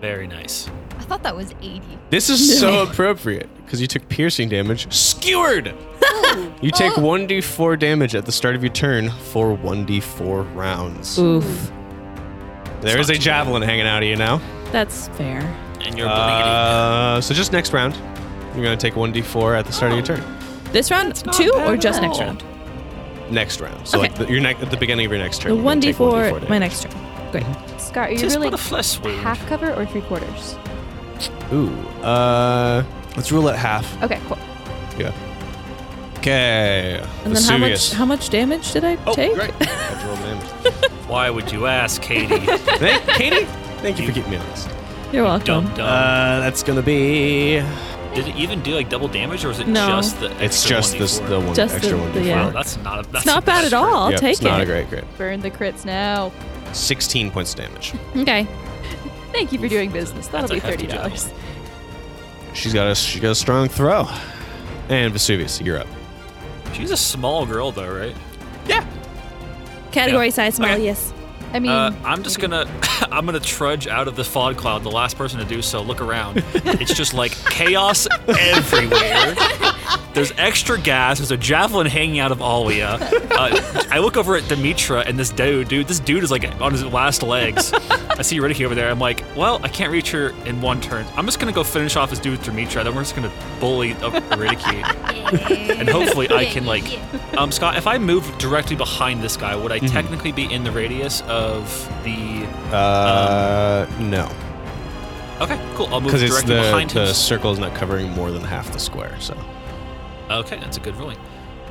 Speaker 5: Very nice.
Speaker 6: [laughs] I thought that was 80.
Speaker 3: This is so appropriate because you took piercing damage.
Speaker 6: [laughs]
Speaker 3: Skewered. you take 1d4 damage at the start of your turn for 1d4 rounds.
Speaker 7: Oof.
Speaker 3: There is a javelin hanging out of you now.
Speaker 7: That's fair.
Speaker 5: And you're
Speaker 3: Uh, so just next round, you're gonna take 1d4 at the start of your turn.
Speaker 7: This round, two, or just next round?
Speaker 3: Next round. So like the, your ne- at the beginning of your next turn.
Speaker 7: The
Speaker 3: you're gonna take
Speaker 7: 1d4, my
Speaker 3: damage.
Speaker 7: next turn. Great.
Speaker 4: Sky, are you
Speaker 5: bleeding. Just
Speaker 4: really
Speaker 5: put a flesh wound.
Speaker 4: half cover or three quarters?
Speaker 3: Ooh. Uh, let's rule it
Speaker 7: Uh,
Speaker 3: half.
Speaker 4: Okay, cool.
Speaker 3: Yeah. Okay.
Speaker 7: And then how much, how much damage did I
Speaker 3: Oh,
Speaker 5: Oh,
Speaker 7: take? [laughs]
Speaker 3: That's roll damage.
Speaker 5: Why would you ask, Katie?
Speaker 4: [laughs]
Speaker 3: Thank, Katie, thank you for keeping me honest.
Speaker 7: You're welcome.
Speaker 5: dumb, dumb.
Speaker 3: Uh, that's gonna be.
Speaker 5: Did it even do like double damage, or is it
Speaker 7: No.
Speaker 5: just the?
Speaker 3: It's
Speaker 5: extra
Speaker 3: just this
Speaker 5: 1d4?
Speaker 3: the one
Speaker 7: Just
Speaker 3: extra
Speaker 7: the-
Speaker 3: one.
Speaker 7: the-
Speaker 5: Wow,
Speaker 7: yeah.
Speaker 5: that's not a. That's
Speaker 7: It's not
Speaker 5: a
Speaker 7: bad at
Speaker 5: straight-
Speaker 7: all. I'll take
Speaker 3: it's Not
Speaker 7: it.
Speaker 3: a great grade.
Speaker 4: Burn the crits now.
Speaker 3: 16 points of damage.
Speaker 7: Okay.
Speaker 4: [laughs] Thank you for doing business. That'll
Speaker 5: That's a
Speaker 4: be
Speaker 5: hefty
Speaker 4: thirty dollars.
Speaker 3: She's got a she got a strong throw. And Vesuvius, you're up.
Speaker 5: She's a small girl though, right?
Speaker 7: Category
Speaker 5: Yeah.
Speaker 7: size small,
Speaker 5: Okay.
Speaker 7: yes.
Speaker 4: I mean,
Speaker 5: Uh, I'm just gonna, [laughs] I'm gonna trudge out of the fog cloud. The last person to do so.
Speaker 4: [laughs]
Speaker 5: Look around. it's just like chaos everywhere. There's extra gas. There's a javelin hanging out of Alia. Uh, I look over at Demetra and this dude. Dude, this dude is like on his last legs. I see Riddick over there. I'm like, well, I can't reach her in one turn. I'm just gonna go finish off this dude with Demetra. Then we're just gonna bully up Riddick. and hopefully I
Speaker 6: [laughs]
Speaker 5: can like, [laughs] um, Scott. If I move directly behind this guy, would I
Speaker 3: Mm-hmm.
Speaker 5: technically be in the radius of the?
Speaker 3: Uh, no,
Speaker 5: Okay, cool. I'll move
Speaker 3: because
Speaker 5: Um, directly
Speaker 3: it's the
Speaker 5: behind
Speaker 3: the
Speaker 5: him.
Speaker 3: circle is not covering more than half the square. So
Speaker 5: Okay, that's a good ruling.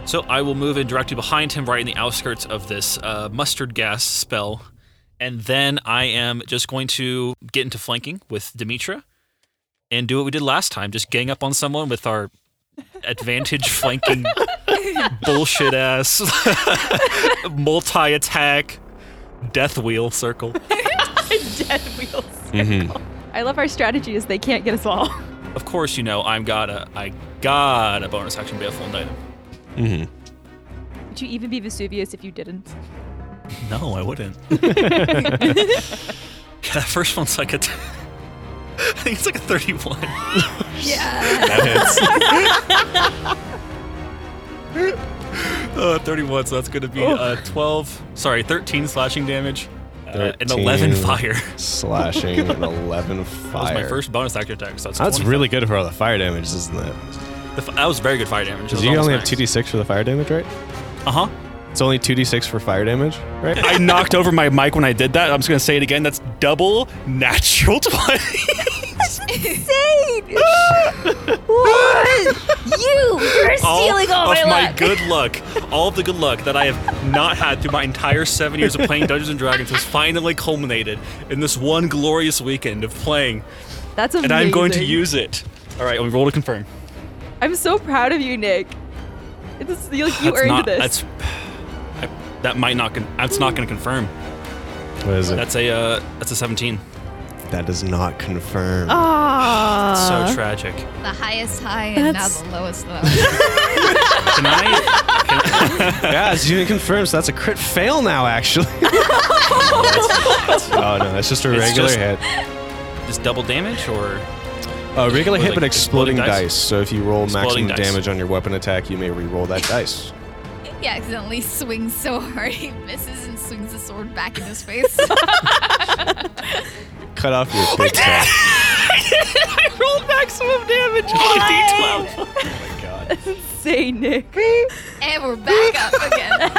Speaker 5: So I will move in directly behind him, right in the outskirts of this uh, mustard gas spell, and then I am just going to get into flanking with Demetra, and do what we did last time: just gang up on someone with our advantage flanking bullshit ass [laughs] multi attack death wheel
Speaker 10: [laughs]
Speaker 5: circle.
Speaker 4: dead wheels.
Speaker 5: Mm-hmm.
Speaker 4: I love our strategy is they can't get
Speaker 10: [laughs]
Speaker 4: us all.
Speaker 5: Of course, you know I'm got a I got a bonus action baleful item.
Speaker 4: Would you even be Vesuvius if you didn't?
Speaker 5: No, I wouldn't. [laughs] yeah, that first one's like a. T- [laughs] I think it's like a 31. [laughs]
Speaker 6: Yeah.
Speaker 5: Uh, 31, so that's going to be uh, 12. Sorry, 13 slashing damage. Uh, and 11
Speaker 3: 13
Speaker 5: [laughs] fire. [laughs]
Speaker 3: slashing and 11
Speaker 5: That was
Speaker 3: fire.
Speaker 5: my first bonus action attack. So that's,
Speaker 3: That's
Speaker 5: 20.
Speaker 3: really good for all the fire damage, isn't it?
Speaker 5: The f- that was very good fire damage.
Speaker 3: Because you only have 2d6 for the fire damage, right?
Speaker 5: Uh huh.
Speaker 3: It's only 2d6 for fire damage, right?
Speaker 5: I knocked over my mic when I did that. I'm just going to say it again. That's double natural [laughs] 20.
Speaker 6: you! You're stealing all,
Speaker 5: of
Speaker 6: my,
Speaker 5: my
Speaker 6: luck!
Speaker 5: good luck, all of the good luck that I have not had through my entire seven years of playing Dungeons and Dragons has finally culminated in this one glorious weekend of playing,
Speaker 4: That's amazing.
Speaker 5: and I'm going to use it. All right, we roll to confirm.
Speaker 4: I'm so proud of you, Nick. This, you you
Speaker 5: That's
Speaker 4: earned
Speaker 5: not-
Speaker 4: this.
Speaker 5: That's I, that might not. Con- that's not going to confirm.
Speaker 3: What is it?
Speaker 5: That's a uh, that's a 17.
Speaker 3: That does not confirm.
Speaker 7: Oh,
Speaker 5: so tragic.
Speaker 6: The highest high and now
Speaker 7: That's-
Speaker 6: the lowest
Speaker 10: [laughs]
Speaker 6: low.
Speaker 5: Can I?
Speaker 3: Yeah, it's even confirmed. So that's a crit fail now,
Speaker 5: [laughs]
Speaker 3: actually. oh no, that's just a
Speaker 5: It's
Speaker 3: regular
Speaker 5: just-
Speaker 3: hit.
Speaker 5: Just double damage or?
Speaker 3: A regular
Speaker 5: With,
Speaker 3: hit,
Speaker 5: like,
Speaker 3: but exploding,
Speaker 5: exploding dice?
Speaker 3: dice. So if you roll
Speaker 5: Exploding
Speaker 3: maximum
Speaker 5: dice.
Speaker 3: damage on your weapon attack, you may re-roll
Speaker 5: [laughs]
Speaker 3: that dice.
Speaker 6: he accidentally swings so hard he misses and swings the sword back in
Speaker 10: [laughs]
Speaker 6: his face.
Speaker 3: Cut off your big toe.
Speaker 5: [laughs] I rolled maximum [laughs] damage on a d12.
Speaker 7: say Nick.
Speaker 6: and we're back up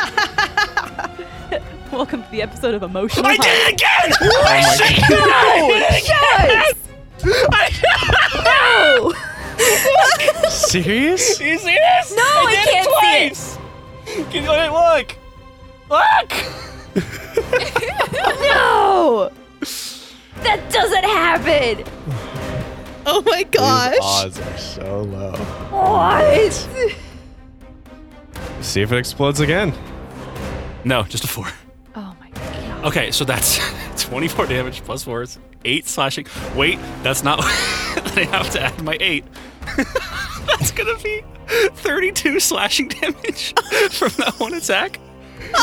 Speaker 6: again.
Speaker 7: Welcome to the episode of Emotional.
Speaker 5: I
Speaker 7: High.
Speaker 5: did it [laughs] again! I shit you not! I did it again! [laughs]
Speaker 3: Serious?
Speaker 5: You see this? No, I, did it twice. Can you wait, look? Look!
Speaker 4: No! That doesn't happen!
Speaker 7: Oh my
Speaker 3: These
Speaker 7: gosh.
Speaker 3: odds are so low.
Speaker 4: What?
Speaker 3: See if it explodes again.
Speaker 5: No, just a four.
Speaker 4: Oh my god.
Speaker 5: Okay, so that's [laughs] 24 damage plus four is eight slashing. Wait, that's not. [laughs] I have to add my eight. [laughs] that's gonna be 32 slashing damage [laughs] from that one attack.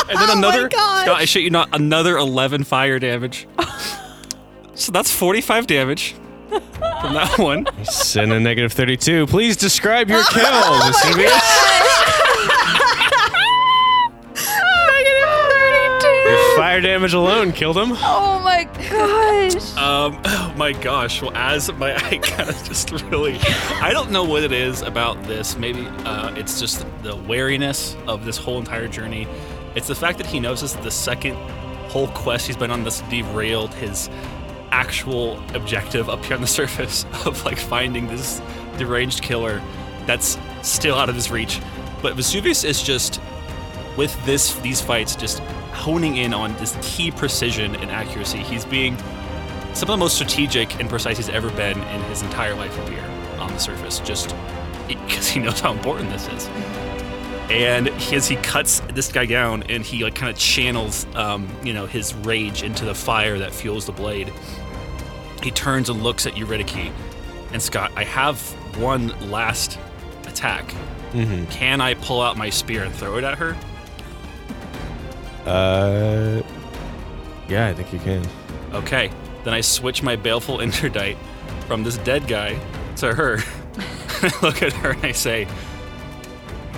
Speaker 5: And then another.
Speaker 7: gosh.
Speaker 5: Scott, I shit you not, another 11 fire damage. so that's 45 damage from that one.
Speaker 3: Sin a negative 32. Please describe your
Speaker 5: [laughs]
Speaker 3: kill,
Speaker 5: Oh
Speaker 3: Vesuvius.
Speaker 5: [laughs]
Speaker 3: Your fire damage alone killed him.
Speaker 4: Oh my gosh.
Speaker 5: Um, [laughs] oh my gosh. Well, as my [laughs] I kind of just really, I don't know what it is about this. Maybe uh, it's just the wariness of this whole entire journey. It's the fact that he knows this is the second whole quest he's been on that's derailed his actual objective up here on the [laughs] surface of like finding this deranged killer that's still out of his reach. But Vesuvius is just with this these fights just honing in on this key precision and accuracy. He's being some of the most strategic and precise he's ever been in his entire life up here on the surface, just because he knows how important this is. And he- as he cuts this guy down, and he like kind of channels, um, you know, his rage into the fire that fuels the blade. He turns and looks at Eurydice, and Scott. I have one last attack. Can I pull out my spear and throw it at her?
Speaker 3: Uh, yeah, I think you can.
Speaker 5: Okay. Then I switch my baleful [laughs] interdite from this dead guy to her. [laughs] I look at her and I say,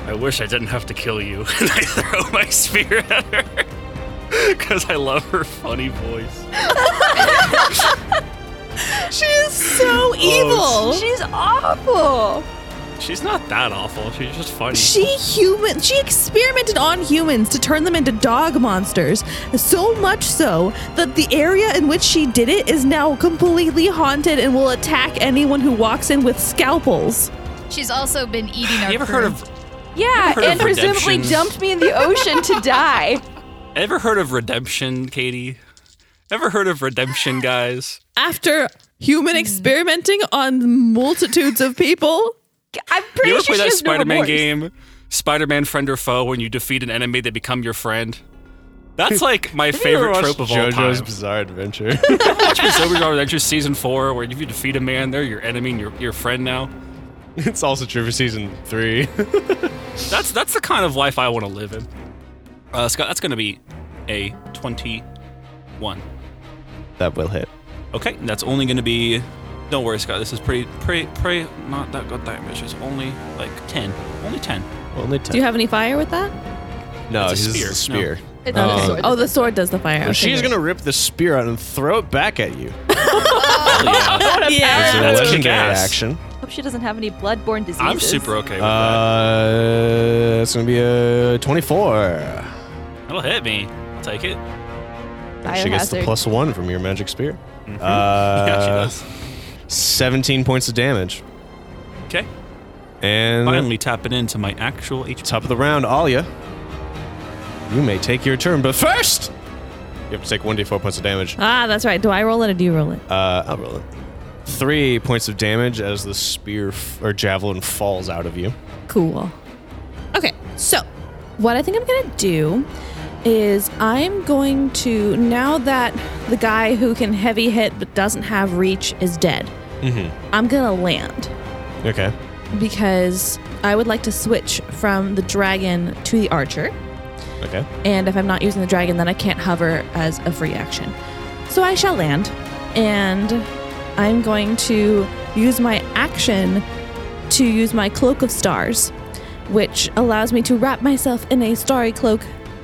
Speaker 5: I wish I didn't have to kill you. [laughs] And I throw my spear at her. [laughs] Because I love her funny voice.
Speaker 7: She is
Speaker 3: Oh,
Speaker 7: so evil.
Speaker 4: She's awful.
Speaker 5: She's not that awful. She's just funny.
Speaker 7: She human she experimented on humans to turn them into dog monsters. So much so that the area in which she did it is now completely haunted and will attack anyone who walks in with scalpels.
Speaker 6: She's also been eating our
Speaker 5: you ever
Speaker 6: crew.
Speaker 5: heard of
Speaker 4: Yeah,
Speaker 5: heard of
Speaker 4: and presumably
Speaker 5: redemptions?
Speaker 4: dumped me in the ocean to die.
Speaker 5: ever heard of redemption, Katie? Ever heard of redemption, guys?
Speaker 7: After human
Speaker 4: Hmm.
Speaker 7: experimenting on multitudes of people,
Speaker 4: [laughs] I'm pretty
Speaker 5: you ever
Speaker 4: sure
Speaker 5: play
Speaker 4: she
Speaker 5: that
Speaker 4: has no
Speaker 5: Spider-Man
Speaker 4: remorse.
Speaker 5: game, Spider-Man friend or foe, when you defeat an enemy, they become your friend?
Speaker 4: [laughs]
Speaker 5: That's like my favorite trope of all time.
Speaker 3: JoJo's Bizarre Adventure. [laughs]
Speaker 5: Watch me sober Dog Adventure season four, where if you defeat a man, they're your enemy and your, your friend now.
Speaker 3: it's also true for season three.
Speaker 5: That's that's the kind of life I want to live in. Uh, Scott, that's going to be a twenty-one.
Speaker 3: [laughs] that will hit.
Speaker 5: Okay, and that's only going to be. Don't worry, Scott. This is pretty, pretty, pretty not that good damage. It's only like ten,
Speaker 4: [laughs]
Speaker 5: only ten.
Speaker 3: Only ten.
Speaker 7: do you have any fire with that?
Speaker 3: no,
Speaker 5: It's a
Speaker 3: he's
Speaker 5: spear.
Speaker 3: a spear.
Speaker 4: It's not a
Speaker 3: Oh.
Speaker 4: sword.
Speaker 7: Oh, the sword does the fire.
Speaker 3: Well, she's gonna rip the spear out and throw it back at you.
Speaker 7: yeah.
Speaker 4: [laughs]
Speaker 3: It's a
Speaker 5: That's
Speaker 3: legendary
Speaker 5: kick-ass.
Speaker 3: action.
Speaker 10: Hope Oh, she doesn't have any bloodborne diseases.
Speaker 5: I'm super okay with
Speaker 3: Uh, it's gonna be a 24.
Speaker 5: that. That'll hit me. I'll take it.
Speaker 3: She gets the
Speaker 10: Biohazard.
Speaker 3: plus one from your magic spear. [laughs]
Speaker 5: yeah, she
Speaker 3: Uh,
Speaker 5: does.
Speaker 3: 17 points of damage.
Speaker 5: Okay.
Speaker 3: And
Speaker 5: Finally tapping into my actual HP.
Speaker 3: top of the round, Alia. You may take your turn, but first, you have to take 1d4 points of damage.
Speaker 9: [laughs]
Speaker 7: Ah, that's right. Do I roll it or do you roll it?
Speaker 3: Uh,
Speaker 9: Oh,
Speaker 3: I'll roll it. Three points of damage as the spear f- or javelin falls out of you.
Speaker 7: Cool. Okay, so what I think I'm gonna do is I'm going to now that the guy who can heavy hit but doesn't have reach is dead.
Speaker 9: Mm-hmm.
Speaker 7: I'm gonna land
Speaker 9: Okay.
Speaker 7: because I would like to switch from the dragon to the archer.
Speaker 9: Okay.
Speaker 7: and if I'm not using the dragon, then I can't hover as a free action. So I shall land, and I'm going to use my action to use my cloak of stars, which allows me to wrap myself in a starry cloak,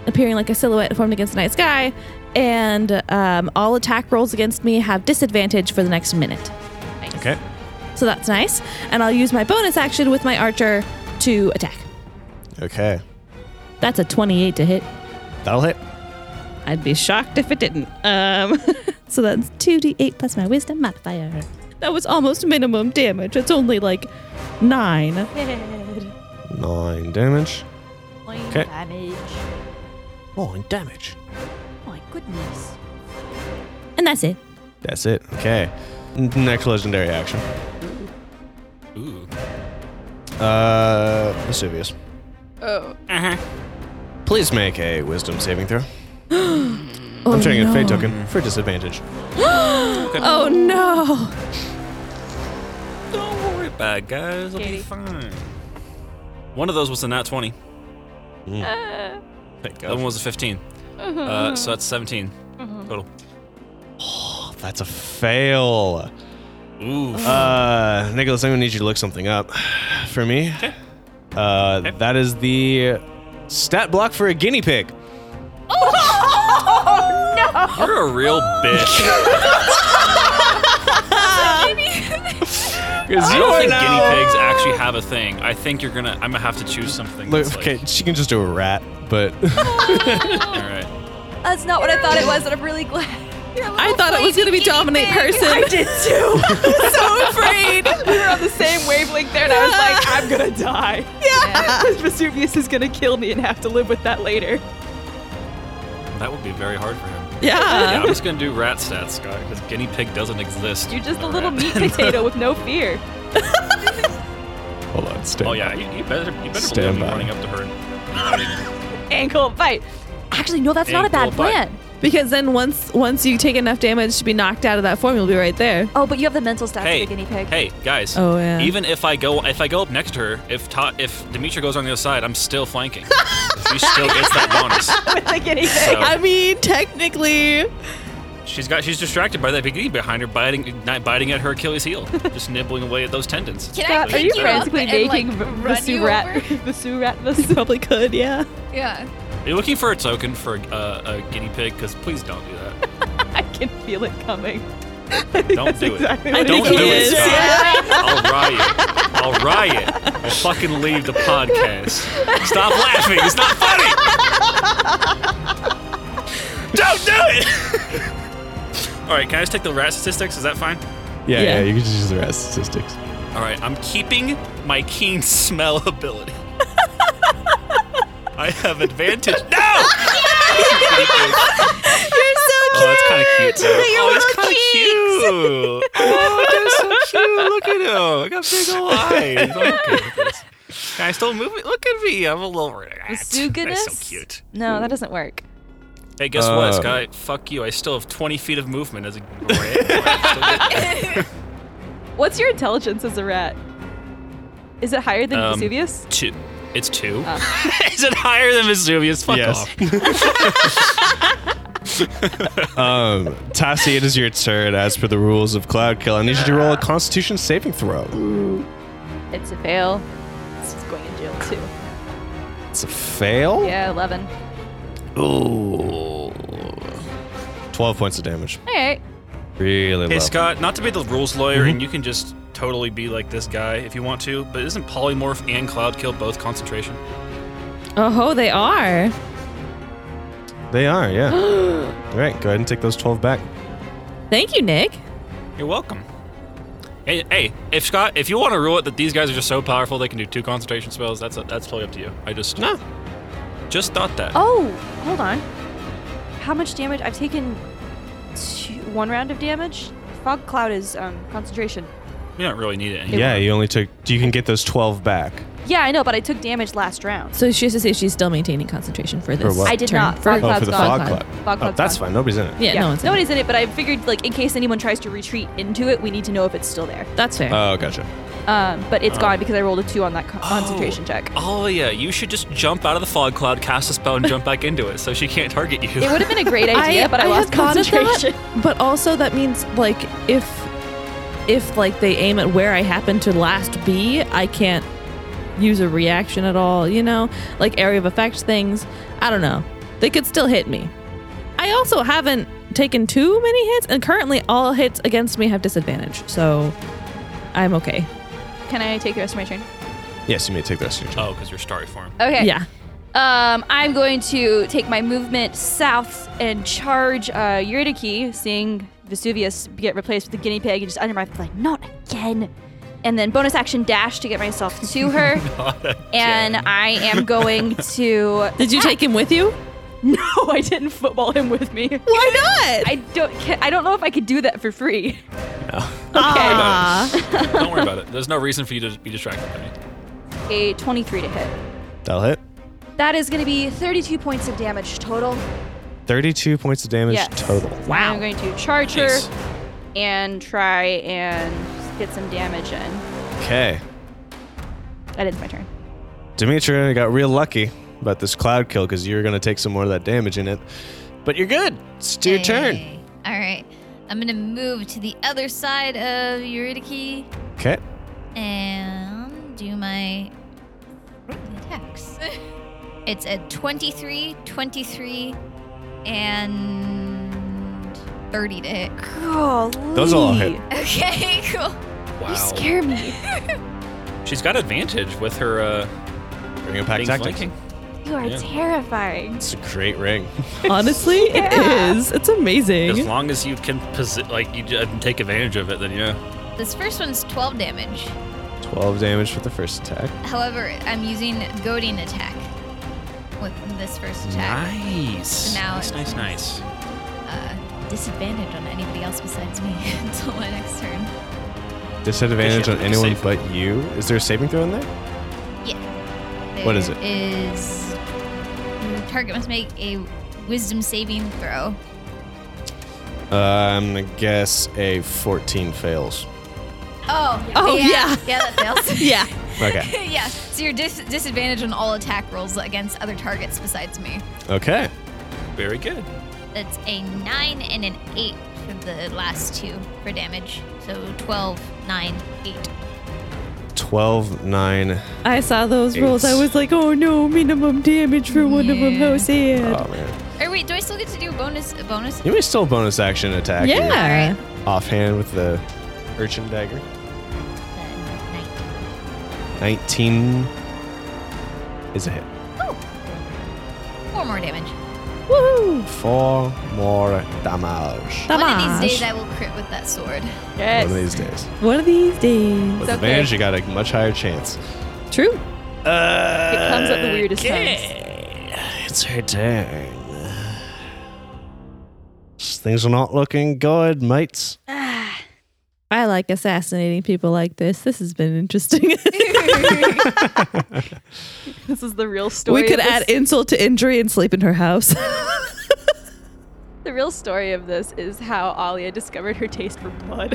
Speaker 7: appearing like a silhouette formed against the night sky, and um, all attack rolls against me have disadvantage for the next minute.
Speaker 9: Okay.
Speaker 7: So that's nice, and I'll use my bonus action with my archer to attack.
Speaker 3: Okay.
Speaker 7: That's a 28 to hit.
Speaker 9: That'll hit.
Speaker 7: I'd be shocked if it didn't. Um, [laughs] so that's 2d8 plus my wisdom modifier. That was almost minimum damage. It's only like nine.
Speaker 3: Nine damage.
Speaker 9: Okay.
Speaker 10: Damage.
Speaker 9: Nine damage.
Speaker 10: My goodness.
Speaker 7: And that's it.
Speaker 3: That's it. Okay. Next legendary action.
Speaker 5: Ooh.
Speaker 3: Uh, Vesuvius.
Speaker 4: Oh.
Speaker 3: Please make a wisdom saving throw. I'm turning in a fate token for disadvantage.
Speaker 7: Oh no!
Speaker 5: Don't worry about it, guys. It'll be fine. One of those was a nat 20.
Speaker 3: Thank
Speaker 5: The other one was a 15. Uh, so that's 17 total.
Speaker 3: That's a fail.
Speaker 5: Ooh.
Speaker 3: Uh, Nicholas, I'm gonna need you to look something up for me. Uh, that is the stat block for a guinea pig.
Speaker 5: You're a real bitch. I don't think guinea pigs actually have a thing. I think you're gonna. I'm gonna have to choose something.
Speaker 3: Look,
Speaker 5: that's
Speaker 3: okay,
Speaker 5: Like,
Speaker 3: she can just do a rat,
Speaker 5: [laughs]
Speaker 3: but
Speaker 5: all right.
Speaker 10: That's not what I thought it was, and I'm really glad.
Speaker 7: I thought it was gonna be dominate person. I did too.
Speaker 10: so afraid. We were on the same wavelength there, and
Speaker 5: [laughs]
Speaker 10: I was like, [laughs] I'm gonna
Speaker 7: [laughs]
Speaker 10: die. [laughs] Yeah. Vesuvius is gonna kill me and have to live with that later.
Speaker 5: That would be very hard for him.
Speaker 7: Yeah.
Speaker 5: Yeah, I'm just gonna do rat stats, Scott, because guinea pig doesn't exist.
Speaker 10: You're just a
Speaker 5: All
Speaker 10: little
Speaker 5: right. [laughs]
Speaker 10: meat potato with no fear.
Speaker 3: hold on, stay.
Speaker 5: Oh yeah, you, you better you better
Speaker 3: Stand
Speaker 5: believe me
Speaker 3: by.
Speaker 5: running up to her.
Speaker 10: Ankle bite. Actually, no, that's not a bad
Speaker 5: Ankle bite.
Speaker 10: plan.
Speaker 7: Because then once once you take enough damage to be knocked out of that form, you'll be right there.
Speaker 10: Oh, but you have the mental stats
Speaker 5: hey,
Speaker 10: of a guinea pig. [laughs]
Speaker 5: hey, guys.
Speaker 7: Oh, yeah.
Speaker 5: Even if I go if I go up next to her, if ta- if Demetra goes on the other side, I'm still flanking.
Speaker 10: [laughs]
Speaker 5: she still gets that bonus.
Speaker 10: With the guinea pig.
Speaker 5: So
Speaker 7: I mean,
Speaker 10: [laughs]
Speaker 7: technically,
Speaker 5: she's got she's distracted by that big guinea behind her biting not biting at her
Speaker 10: [laughs]
Speaker 5: Achilles heel, just nibbling away at those tendons.
Speaker 6: Can
Speaker 10: Scott,
Speaker 6: I
Speaker 10: are
Speaker 6: pick
Speaker 10: you
Speaker 6: you up
Speaker 10: frantically
Speaker 6: and
Speaker 10: making
Speaker 6: like
Speaker 10: v-
Speaker 6: run
Speaker 10: Vasu
Speaker 6: you
Speaker 10: rat,
Speaker 6: over?
Speaker 10: Vasu rat, Vasu?
Speaker 7: [laughs] probably could. Yeah.
Speaker 6: Yeah.
Speaker 5: Are you looking for a token for uh, a guinea pig? Because please don't do that.
Speaker 10: [laughs] I can feel it coming. [laughs]
Speaker 5: Don't
Speaker 10: That's
Speaker 5: do it.
Speaker 10: exactly
Speaker 7: I
Speaker 10: what
Speaker 5: Don't
Speaker 7: think
Speaker 5: do
Speaker 7: he
Speaker 5: it,
Speaker 7: is.
Speaker 5: Scott.
Speaker 7: Yeah.
Speaker 5: I'll riot. I'll riot. I'll fucking leave the podcast. Stop laughing. It's not funny. Don't do it. All right, can I just take the rat statistics? Is that fine?
Speaker 3: yeah,
Speaker 7: Yeah.
Speaker 3: You can just use the rat statistics.
Speaker 5: All right, I'm keeping my keen smell ability. I have advantage.
Speaker 7: [laughs]
Speaker 5: No! You're so cute. Oh, that's kind of cute. Though. Oh, that's kind of cute. Oh, that's so cute. [laughs] Look at him. I got big ol'
Speaker 3: [laughs]
Speaker 5: eyes. I'm okay with this. Can I still move it? Look at me. I'm a little rat.
Speaker 10: do goodness?
Speaker 5: That's so cute.
Speaker 10: No, that doesn't work.
Speaker 5: Hey, guess what,
Speaker 3: Uh.
Speaker 5: Sky? Fuck you. I still have 20 feet of movement as a rat.
Speaker 10: What's your intelligence as a rat? Is it higher than
Speaker 5: Um,
Speaker 10: Vesuvius?
Speaker 5: two. It's two. [laughs] Is it higher than Vesuvius? Fuck
Speaker 3: Yes.
Speaker 5: off.
Speaker 3: Um, Tassi, it is your turn. As per the rules of Cloud Kill, I need you to roll a Constitution saving throw.
Speaker 10: It's a fail. It's going in jail too.
Speaker 3: It's a fail.
Speaker 10: Yeah, eleven.
Speaker 3: Ooh. Twelve points of damage.
Speaker 10: All right.
Speaker 3: Really
Speaker 5: Hey
Speaker 3: low.
Speaker 5: Scott, not to be the rules lawyer,
Speaker 3: Mm-hmm.
Speaker 5: and you can just totally be like this guy if you want to, but isn't polymorph and cloud kill both concentration?
Speaker 7: Oh, they are.
Speaker 3: They are. Yeah. All right. Go ahead and take those twelve back.
Speaker 7: Thank you, Nick.
Speaker 5: You're welcome. Hey, hey, if Scott, if you want to rule it that these guys are just so powerful they can do two concentration spells, that's that's totally up to you. I just no, just thought that.
Speaker 10: Oh, hold on. How much damage? I've taken two, one round of damage. Fog cloud is um, concentration.
Speaker 5: We don't really need it.
Speaker 3: Yeah. You only took. You can get those twelve back.
Speaker 4: Yeah, I know, but I took damage last round.
Speaker 7: So she has to say she's still maintaining concentration for this.
Speaker 3: For what?
Speaker 4: I did
Speaker 7: turn.
Speaker 4: not.
Speaker 7: For-
Speaker 3: Oh,
Speaker 4: Fog
Speaker 3: for
Speaker 4: cloud's
Speaker 3: the
Speaker 4: gone.
Speaker 3: fog
Speaker 7: Fog
Speaker 3: cloud.
Speaker 4: Fog
Speaker 3: Oh,
Speaker 4: cloud's
Speaker 3: that's
Speaker 4: gone.
Speaker 3: fine. Nobody's in it.
Speaker 7: Yeah, no one's in
Speaker 4: Nobody's in it, but I figured like in case anyone tries to retreat into it, we need to know if it's still there.
Speaker 7: it. That's fair.
Speaker 3: Oh, gotcha.
Speaker 4: Um, but it's gone because I rolled a two on that con- concentration check.
Speaker 5: Oh yeah, you should just jump out of the fog cloud, cast a spell, and jump back into it, so she can't target you.
Speaker 4: It would have been a great idea, but I, lost
Speaker 7: had thought of
Speaker 4: concentration.
Speaker 7: That, [laughs] but also that means like if if like they aim at where I happen to last be, I can't use a reaction at all, you know? Like area of effect things. I don't know. They could still hit me. I also haven't taken too many hits and currently all hits against me have disadvantage. So I'm okay.
Speaker 4: [laughs] Can I take the rest of my turn?
Speaker 3: Yes, you may take the rest of your turn.
Speaker 5: [laughs] oh, because you're starry form.
Speaker 4: Okay.
Speaker 7: Yeah.
Speaker 4: Um, I'm going to take my movement south and charge uh, Eurydice, seeing Vesuvius get replaced with the guinea pig, and just under my like, not again. And then bonus action dash to
Speaker 3: [laughs]
Speaker 4: get myself to her, and I am going to. [laughs]
Speaker 7: Did you take him with you?
Speaker 4: No, I didn't football him with me.
Speaker 7: Why not?
Speaker 4: I don't. ca- I don't know if I could do that for free. [laughs]
Speaker 7: Ah.
Speaker 5: Don't worry about it. There's no reason for you to be distracted by me.
Speaker 4: A 23 to hit.
Speaker 3: That'll hit.
Speaker 4: That is going to be 32 points of damage total.
Speaker 3: 32 points of damage
Speaker 4: Yes.
Speaker 3: total.
Speaker 4: Wow. I'm going to charge her
Speaker 5: Nice.
Speaker 4: and try and get some damage in.
Speaker 3: Okay.
Speaker 4: That is my turn.
Speaker 3: Demetria got real lucky about this cloud kill because you're going to take some more of that damage in it. But you're good. It's to your turn.
Speaker 6: Hey. All right. I'm going to move to the other side of Eurydice
Speaker 3: Okay.
Speaker 6: and do my throwing attacks. [laughs] it's a 23, 23, and 30 to hit. [laughs]
Speaker 3: Those all hit.
Speaker 6: Okay, [laughs] cool.
Speaker 5: Wow.
Speaker 4: You scare me.
Speaker 5: She's got advantage with her uh,
Speaker 3: Ring of Pack
Speaker 5: being
Speaker 3: Tactics.
Speaker 5: flanking.
Speaker 4: You are
Speaker 5: Yeah.
Speaker 4: terrifying.
Speaker 3: It's a great ring. [laughs]
Speaker 7: Honestly, it is. It's
Speaker 5: As
Speaker 7: amazing.
Speaker 5: long as you can posi- like you j- take advantage of it, then yeah.
Speaker 6: This first one's 12 damage.
Speaker 3: 12 damage for the first attack.
Speaker 6: However, I'm using goading attack with this first attack.
Speaker 5: Nice.
Speaker 6: Now
Speaker 5: nice,
Speaker 6: it-
Speaker 5: nice, nice.
Speaker 6: Uh, disadvantage on anybody else besides me [laughs] until my next turn.
Speaker 3: Disadvantage
Speaker 5: Does she
Speaker 3: on
Speaker 5: have to make a
Speaker 3: anyone
Speaker 5: save?
Speaker 3: but you. Is there a saving throw in there? What is
Speaker 6: There Is the target must make a wisdom saving throw.
Speaker 3: Uh, I'm going to guess a 14 fails.
Speaker 6: Oh,
Speaker 7: Oh, yeah.
Speaker 6: yeah, yeah, that fails.
Speaker 7: Yeah.
Speaker 3: Okay.
Speaker 6: [laughs] yeah, so you're dis- disadvantaged on all attack rolls against other targets besides me.
Speaker 3: okay.
Speaker 5: Very good.
Speaker 6: That's a nine and an eight for the last two for damage. So 12, 9, 8.
Speaker 3: 12, 9.
Speaker 7: I saw those rolls. I
Speaker 3: Eights.
Speaker 7: was like, oh no, minimum damage for one of them. How sad.
Speaker 3: Oh, man.
Speaker 6: Or wait, do I still get to do a bonus? A bonus?
Speaker 3: You may still bonus action attack. your
Speaker 7: Yeah.
Speaker 3: Offhand with the urchin dagger.
Speaker 6: Uh, nine.
Speaker 3: 19 is a hit.
Speaker 6: Four more damage.
Speaker 7: Woohoo.
Speaker 3: Four more damage.
Speaker 6: One of these days
Speaker 7: Damage.
Speaker 6: I will crit with that sword.
Speaker 3: One of these days.
Speaker 7: One of these days.
Speaker 3: With advantage, you got a much higher chance. Uh,
Speaker 7: True.
Speaker 4: It comes at the weirdest times.
Speaker 3: It's her turn. Things are not looking good, mates.
Speaker 7: I like assassinating people like this. This has been interesting. [laughs]
Speaker 4: This is the real story.
Speaker 7: we could
Speaker 4: of this-
Speaker 7: add insult to injury and sleep in her house. [laughs]
Speaker 4: the real story of this is how Alia discovered her taste for [laughs] blood.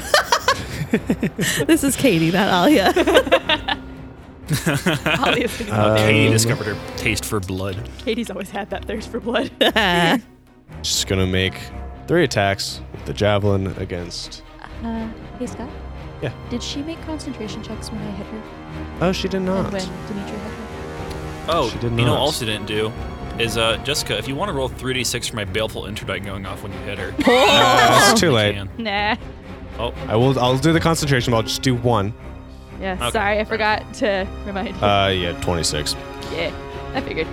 Speaker 7: this is Katie, not Alia.
Speaker 4: Alia's been-
Speaker 5: Katie
Speaker 3: Um,
Speaker 5: discovered her taste for blood.
Speaker 10: Katie's always had that thirst for
Speaker 4: [laughs]
Speaker 10: blood.
Speaker 3: Just gonna make three attacks with the javelin against.
Speaker 4: Uh, hey Scott.
Speaker 3: Yeah.
Speaker 4: Did she make concentration checks when I hit her?
Speaker 3: Oh, she did
Speaker 4: And
Speaker 3: not.
Speaker 4: when Dimitri hit her?
Speaker 5: Oh,
Speaker 3: She did
Speaker 5: you know,
Speaker 3: not.
Speaker 5: what also didn't do is uh, Jessica. If you want to roll 3d6 for my baleful interdict going off when you hit her,
Speaker 3: Uh, it's too
Speaker 5: you
Speaker 3: late.
Speaker 5: can.
Speaker 4: Nah.
Speaker 5: Oh,
Speaker 3: I will. I'll do the concentration. But I'll just do one.
Speaker 4: Yeah.
Speaker 5: Okay,
Speaker 4: sorry, I
Speaker 5: right.
Speaker 4: forgot to remind you.
Speaker 3: Uh, yeah, twenty-six.
Speaker 4: yeah. I figured.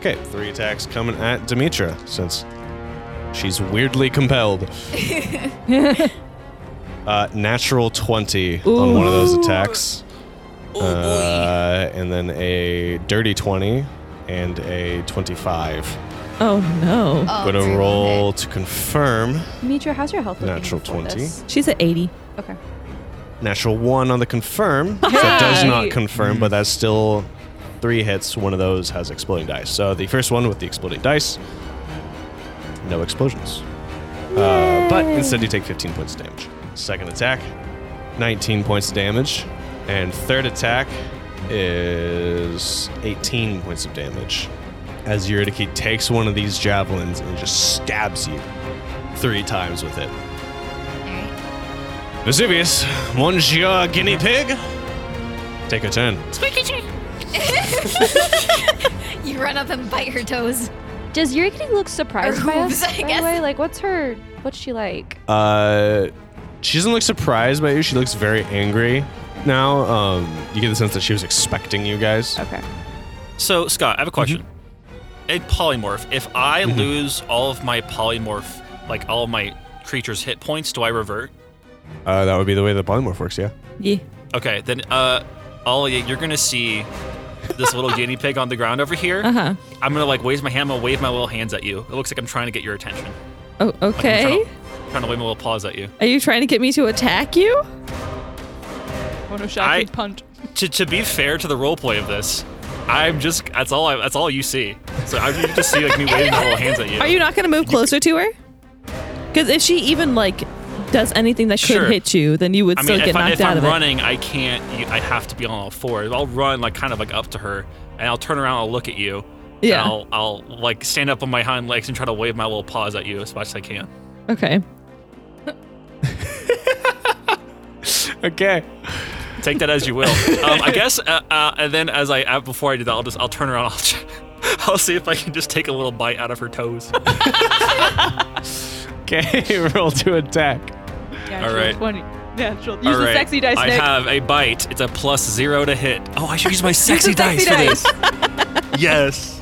Speaker 3: Okay, three attacks coming at Demetra since she's weirdly
Speaker 4: [laughs]
Speaker 3: compelled. [laughs] uh, natural 20 on one of those attacks. Uh, and then a dirty 20 and a 25.
Speaker 7: oh no.
Speaker 6: Oh,
Speaker 3: Gonna
Speaker 6: three will
Speaker 3: roll
Speaker 6: hit.
Speaker 3: to confirm.
Speaker 4: Dimitra, how's your health looking?
Speaker 3: Natural
Speaker 4: before
Speaker 3: 20.
Speaker 4: this?
Speaker 7: She's at 80.
Speaker 4: Okay.
Speaker 3: Natural one on the confirm. So it does
Speaker 10: Hey!
Speaker 3: not confirm, but that's still three hits. One of those has exploding dice. So the first one with the exploding dice, no explosions. Uh, but instead, you take 15 points of damage. Second attack, 19 points of damage. And third attack is 18 points of damage. As Yuridiki takes one of these javelins and just stabs you three times with it. Vesuvius, Monsieur Guinea Pig, take a turn.
Speaker 6: [laughs] You run up and bite her toes.
Speaker 4: Does Yurikini look surprised by us?
Speaker 6: hooves, I
Speaker 4: by the
Speaker 6: guess.
Speaker 4: way? Like, what's her? What's she like?
Speaker 3: Uh, she doesn't look surprised by you. She looks very angry now. Um, you get the sense that she was expecting you guys.
Speaker 4: Okay.
Speaker 5: So, Scott,
Speaker 3: Mm-hmm.
Speaker 5: I have a question. A polymorph. If I lose all of my polymorph, like all of my creatures' hit points, do I revert?
Speaker 3: Uh, that would be the way the polymorph works, yeah.
Speaker 7: Yeah.
Speaker 5: Okay, then, uh, Ollie, you're gonna see this little guinea pig on the ground over here.
Speaker 7: Uh huh.
Speaker 5: I'm gonna like wave my hand, I'm gonna wave my little hands at you. It looks like I'm trying to get your attention.
Speaker 7: Oh,
Speaker 5: Like, I'm
Speaker 7: okay.
Speaker 5: trying, to, trying to wave my little paws at you.
Speaker 7: Are you trying to get me to attack you?
Speaker 10: Photoshop
Speaker 5: I-
Speaker 10: I... punt.
Speaker 5: To, to be fair to the roleplay of this, I'm just that's all I, that's all you see. So I you just see like me waving my little hands at you.
Speaker 7: Are you not going to move closer to her? Because if she even like does anything that could
Speaker 5: Sure.
Speaker 7: hit you, then you would
Speaker 5: I
Speaker 7: still
Speaker 5: mean,
Speaker 7: get
Speaker 5: if, I, if
Speaker 7: knocked out
Speaker 5: I'm
Speaker 7: of
Speaker 5: running, I can't. You, I have to be on all fours. I'll run like kind of like up to her, and I'll turn around. I'll look at you. and
Speaker 7: Yeah.
Speaker 5: I'll I'll like stand up on my hind legs and try to wave my little paws at you as much as I can.
Speaker 7: it. Okay.
Speaker 3: Okay.
Speaker 5: Take that as you
Speaker 7: [laughs]
Speaker 5: will. um, I guess. Uh, uh, and then as I uh, before I do that, I'll just I'll turn around. I'll [laughs] ch- I'll see if I can just take a little bite out of her toes.
Speaker 3: Okay, [laughs] roll to attack.
Speaker 10: Natural
Speaker 5: right.
Speaker 10: 20. Natural. Use
Speaker 5: All
Speaker 10: the
Speaker 5: right.
Speaker 10: sexy dice,
Speaker 5: I
Speaker 10: Nick.
Speaker 5: have a bite. It's a plus zero to hit. Oh, I should
Speaker 10: [laughs]
Speaker 5: use my sexy,
Speaker 10: sexy
Speaker 5: dice, for this. [laughs] yes.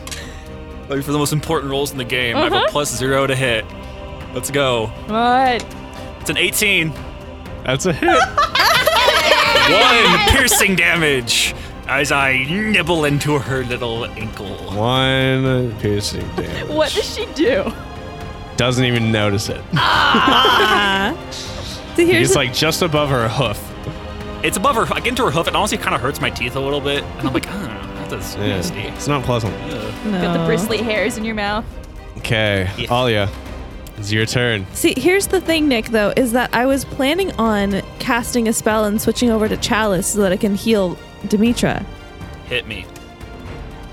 Speaker 5: Like for the most important roles in the game, I
Speaker 10: Uh-huh.
Speaker 5: have a plus zero to hit. Let's go.
Speaker 10: What?
Speaker 5: It's an 18.
Speaker 3: That's a hit.
Speaker 5: One piercing damage as I nibble into her little ankle.
Speaker 3: [laughs] One piercing damage.
Speaker 10: What does she do?
Speaker 3: Doesn't even notice it.
Speaker 7: So here's
Speaker 3: It's like just above her hoof.
Speaker 5: It's above her. I get into her hoof, and honestly, kind of hurts my teeth a little bit. And I'm like, oh, that's
Speaker 3: Yeah.
Speaker 5: nasty.
Speaker 3: It's not pleasant.
Speaker 10: Got the
Speaker 7: No.
Speaker 10: bristly hairs in your mouth.
Speaker 3: Okay,
Speaker 5: Yeah.
Speaker 3: Alia, it's your turn.
Speaker 7: See, here's the thing, Nick, though, is that I was planning on casting a spell and switching over to Chalice so that I can heal Demetra.
Speaker 5: Hit
Speaker 10: [laughs]
Speaker 5: me.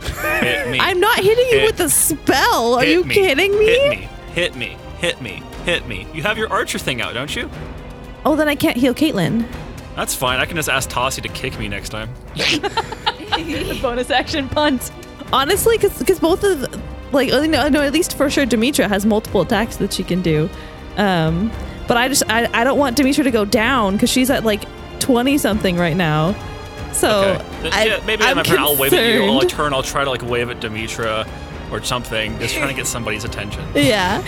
Speaker 5: Hit me.
Speaker 7: I'm not hitting you
Speaker 5: Hit-
Speaker 7: with a spell. Are
Speaker 5: Hit
Speaker 7: you
Speaker 5: me.
Speaker 7: kidding me?
Speaker 5: Hit me. Hit me. Hit me. Hit me. You have your archer thing out, don't you?
Speaker 7: Oh, then I can't heal Caitlyn.
Speaker 5: That's fine. I can just ask Tossie to kick me next time.
Speaker 10: The bonus action punt.
Speaker 7: Honestly, because both of the- like I know, I know at least for sure Demetra has multiple attacks that she can do, um, but I just I, I don't want Demetra to go down because she's at like twenty something right now. So
Speaker 5: Th-
Speaker 7: Oh, I,
Speaker 5: Uh, yeah, maybe
Speaker 7: I'm
Speaker 5: my turn. I'll wave at you. I'll [laughs]
Speaker 7: concerned.
Speaker 5: turn. I'll try to like wave at Demetra or something. Just trying to
Speaker 7: [laughs]
Speaker 5: get somebody's attention.
Speaker 7: Yeah.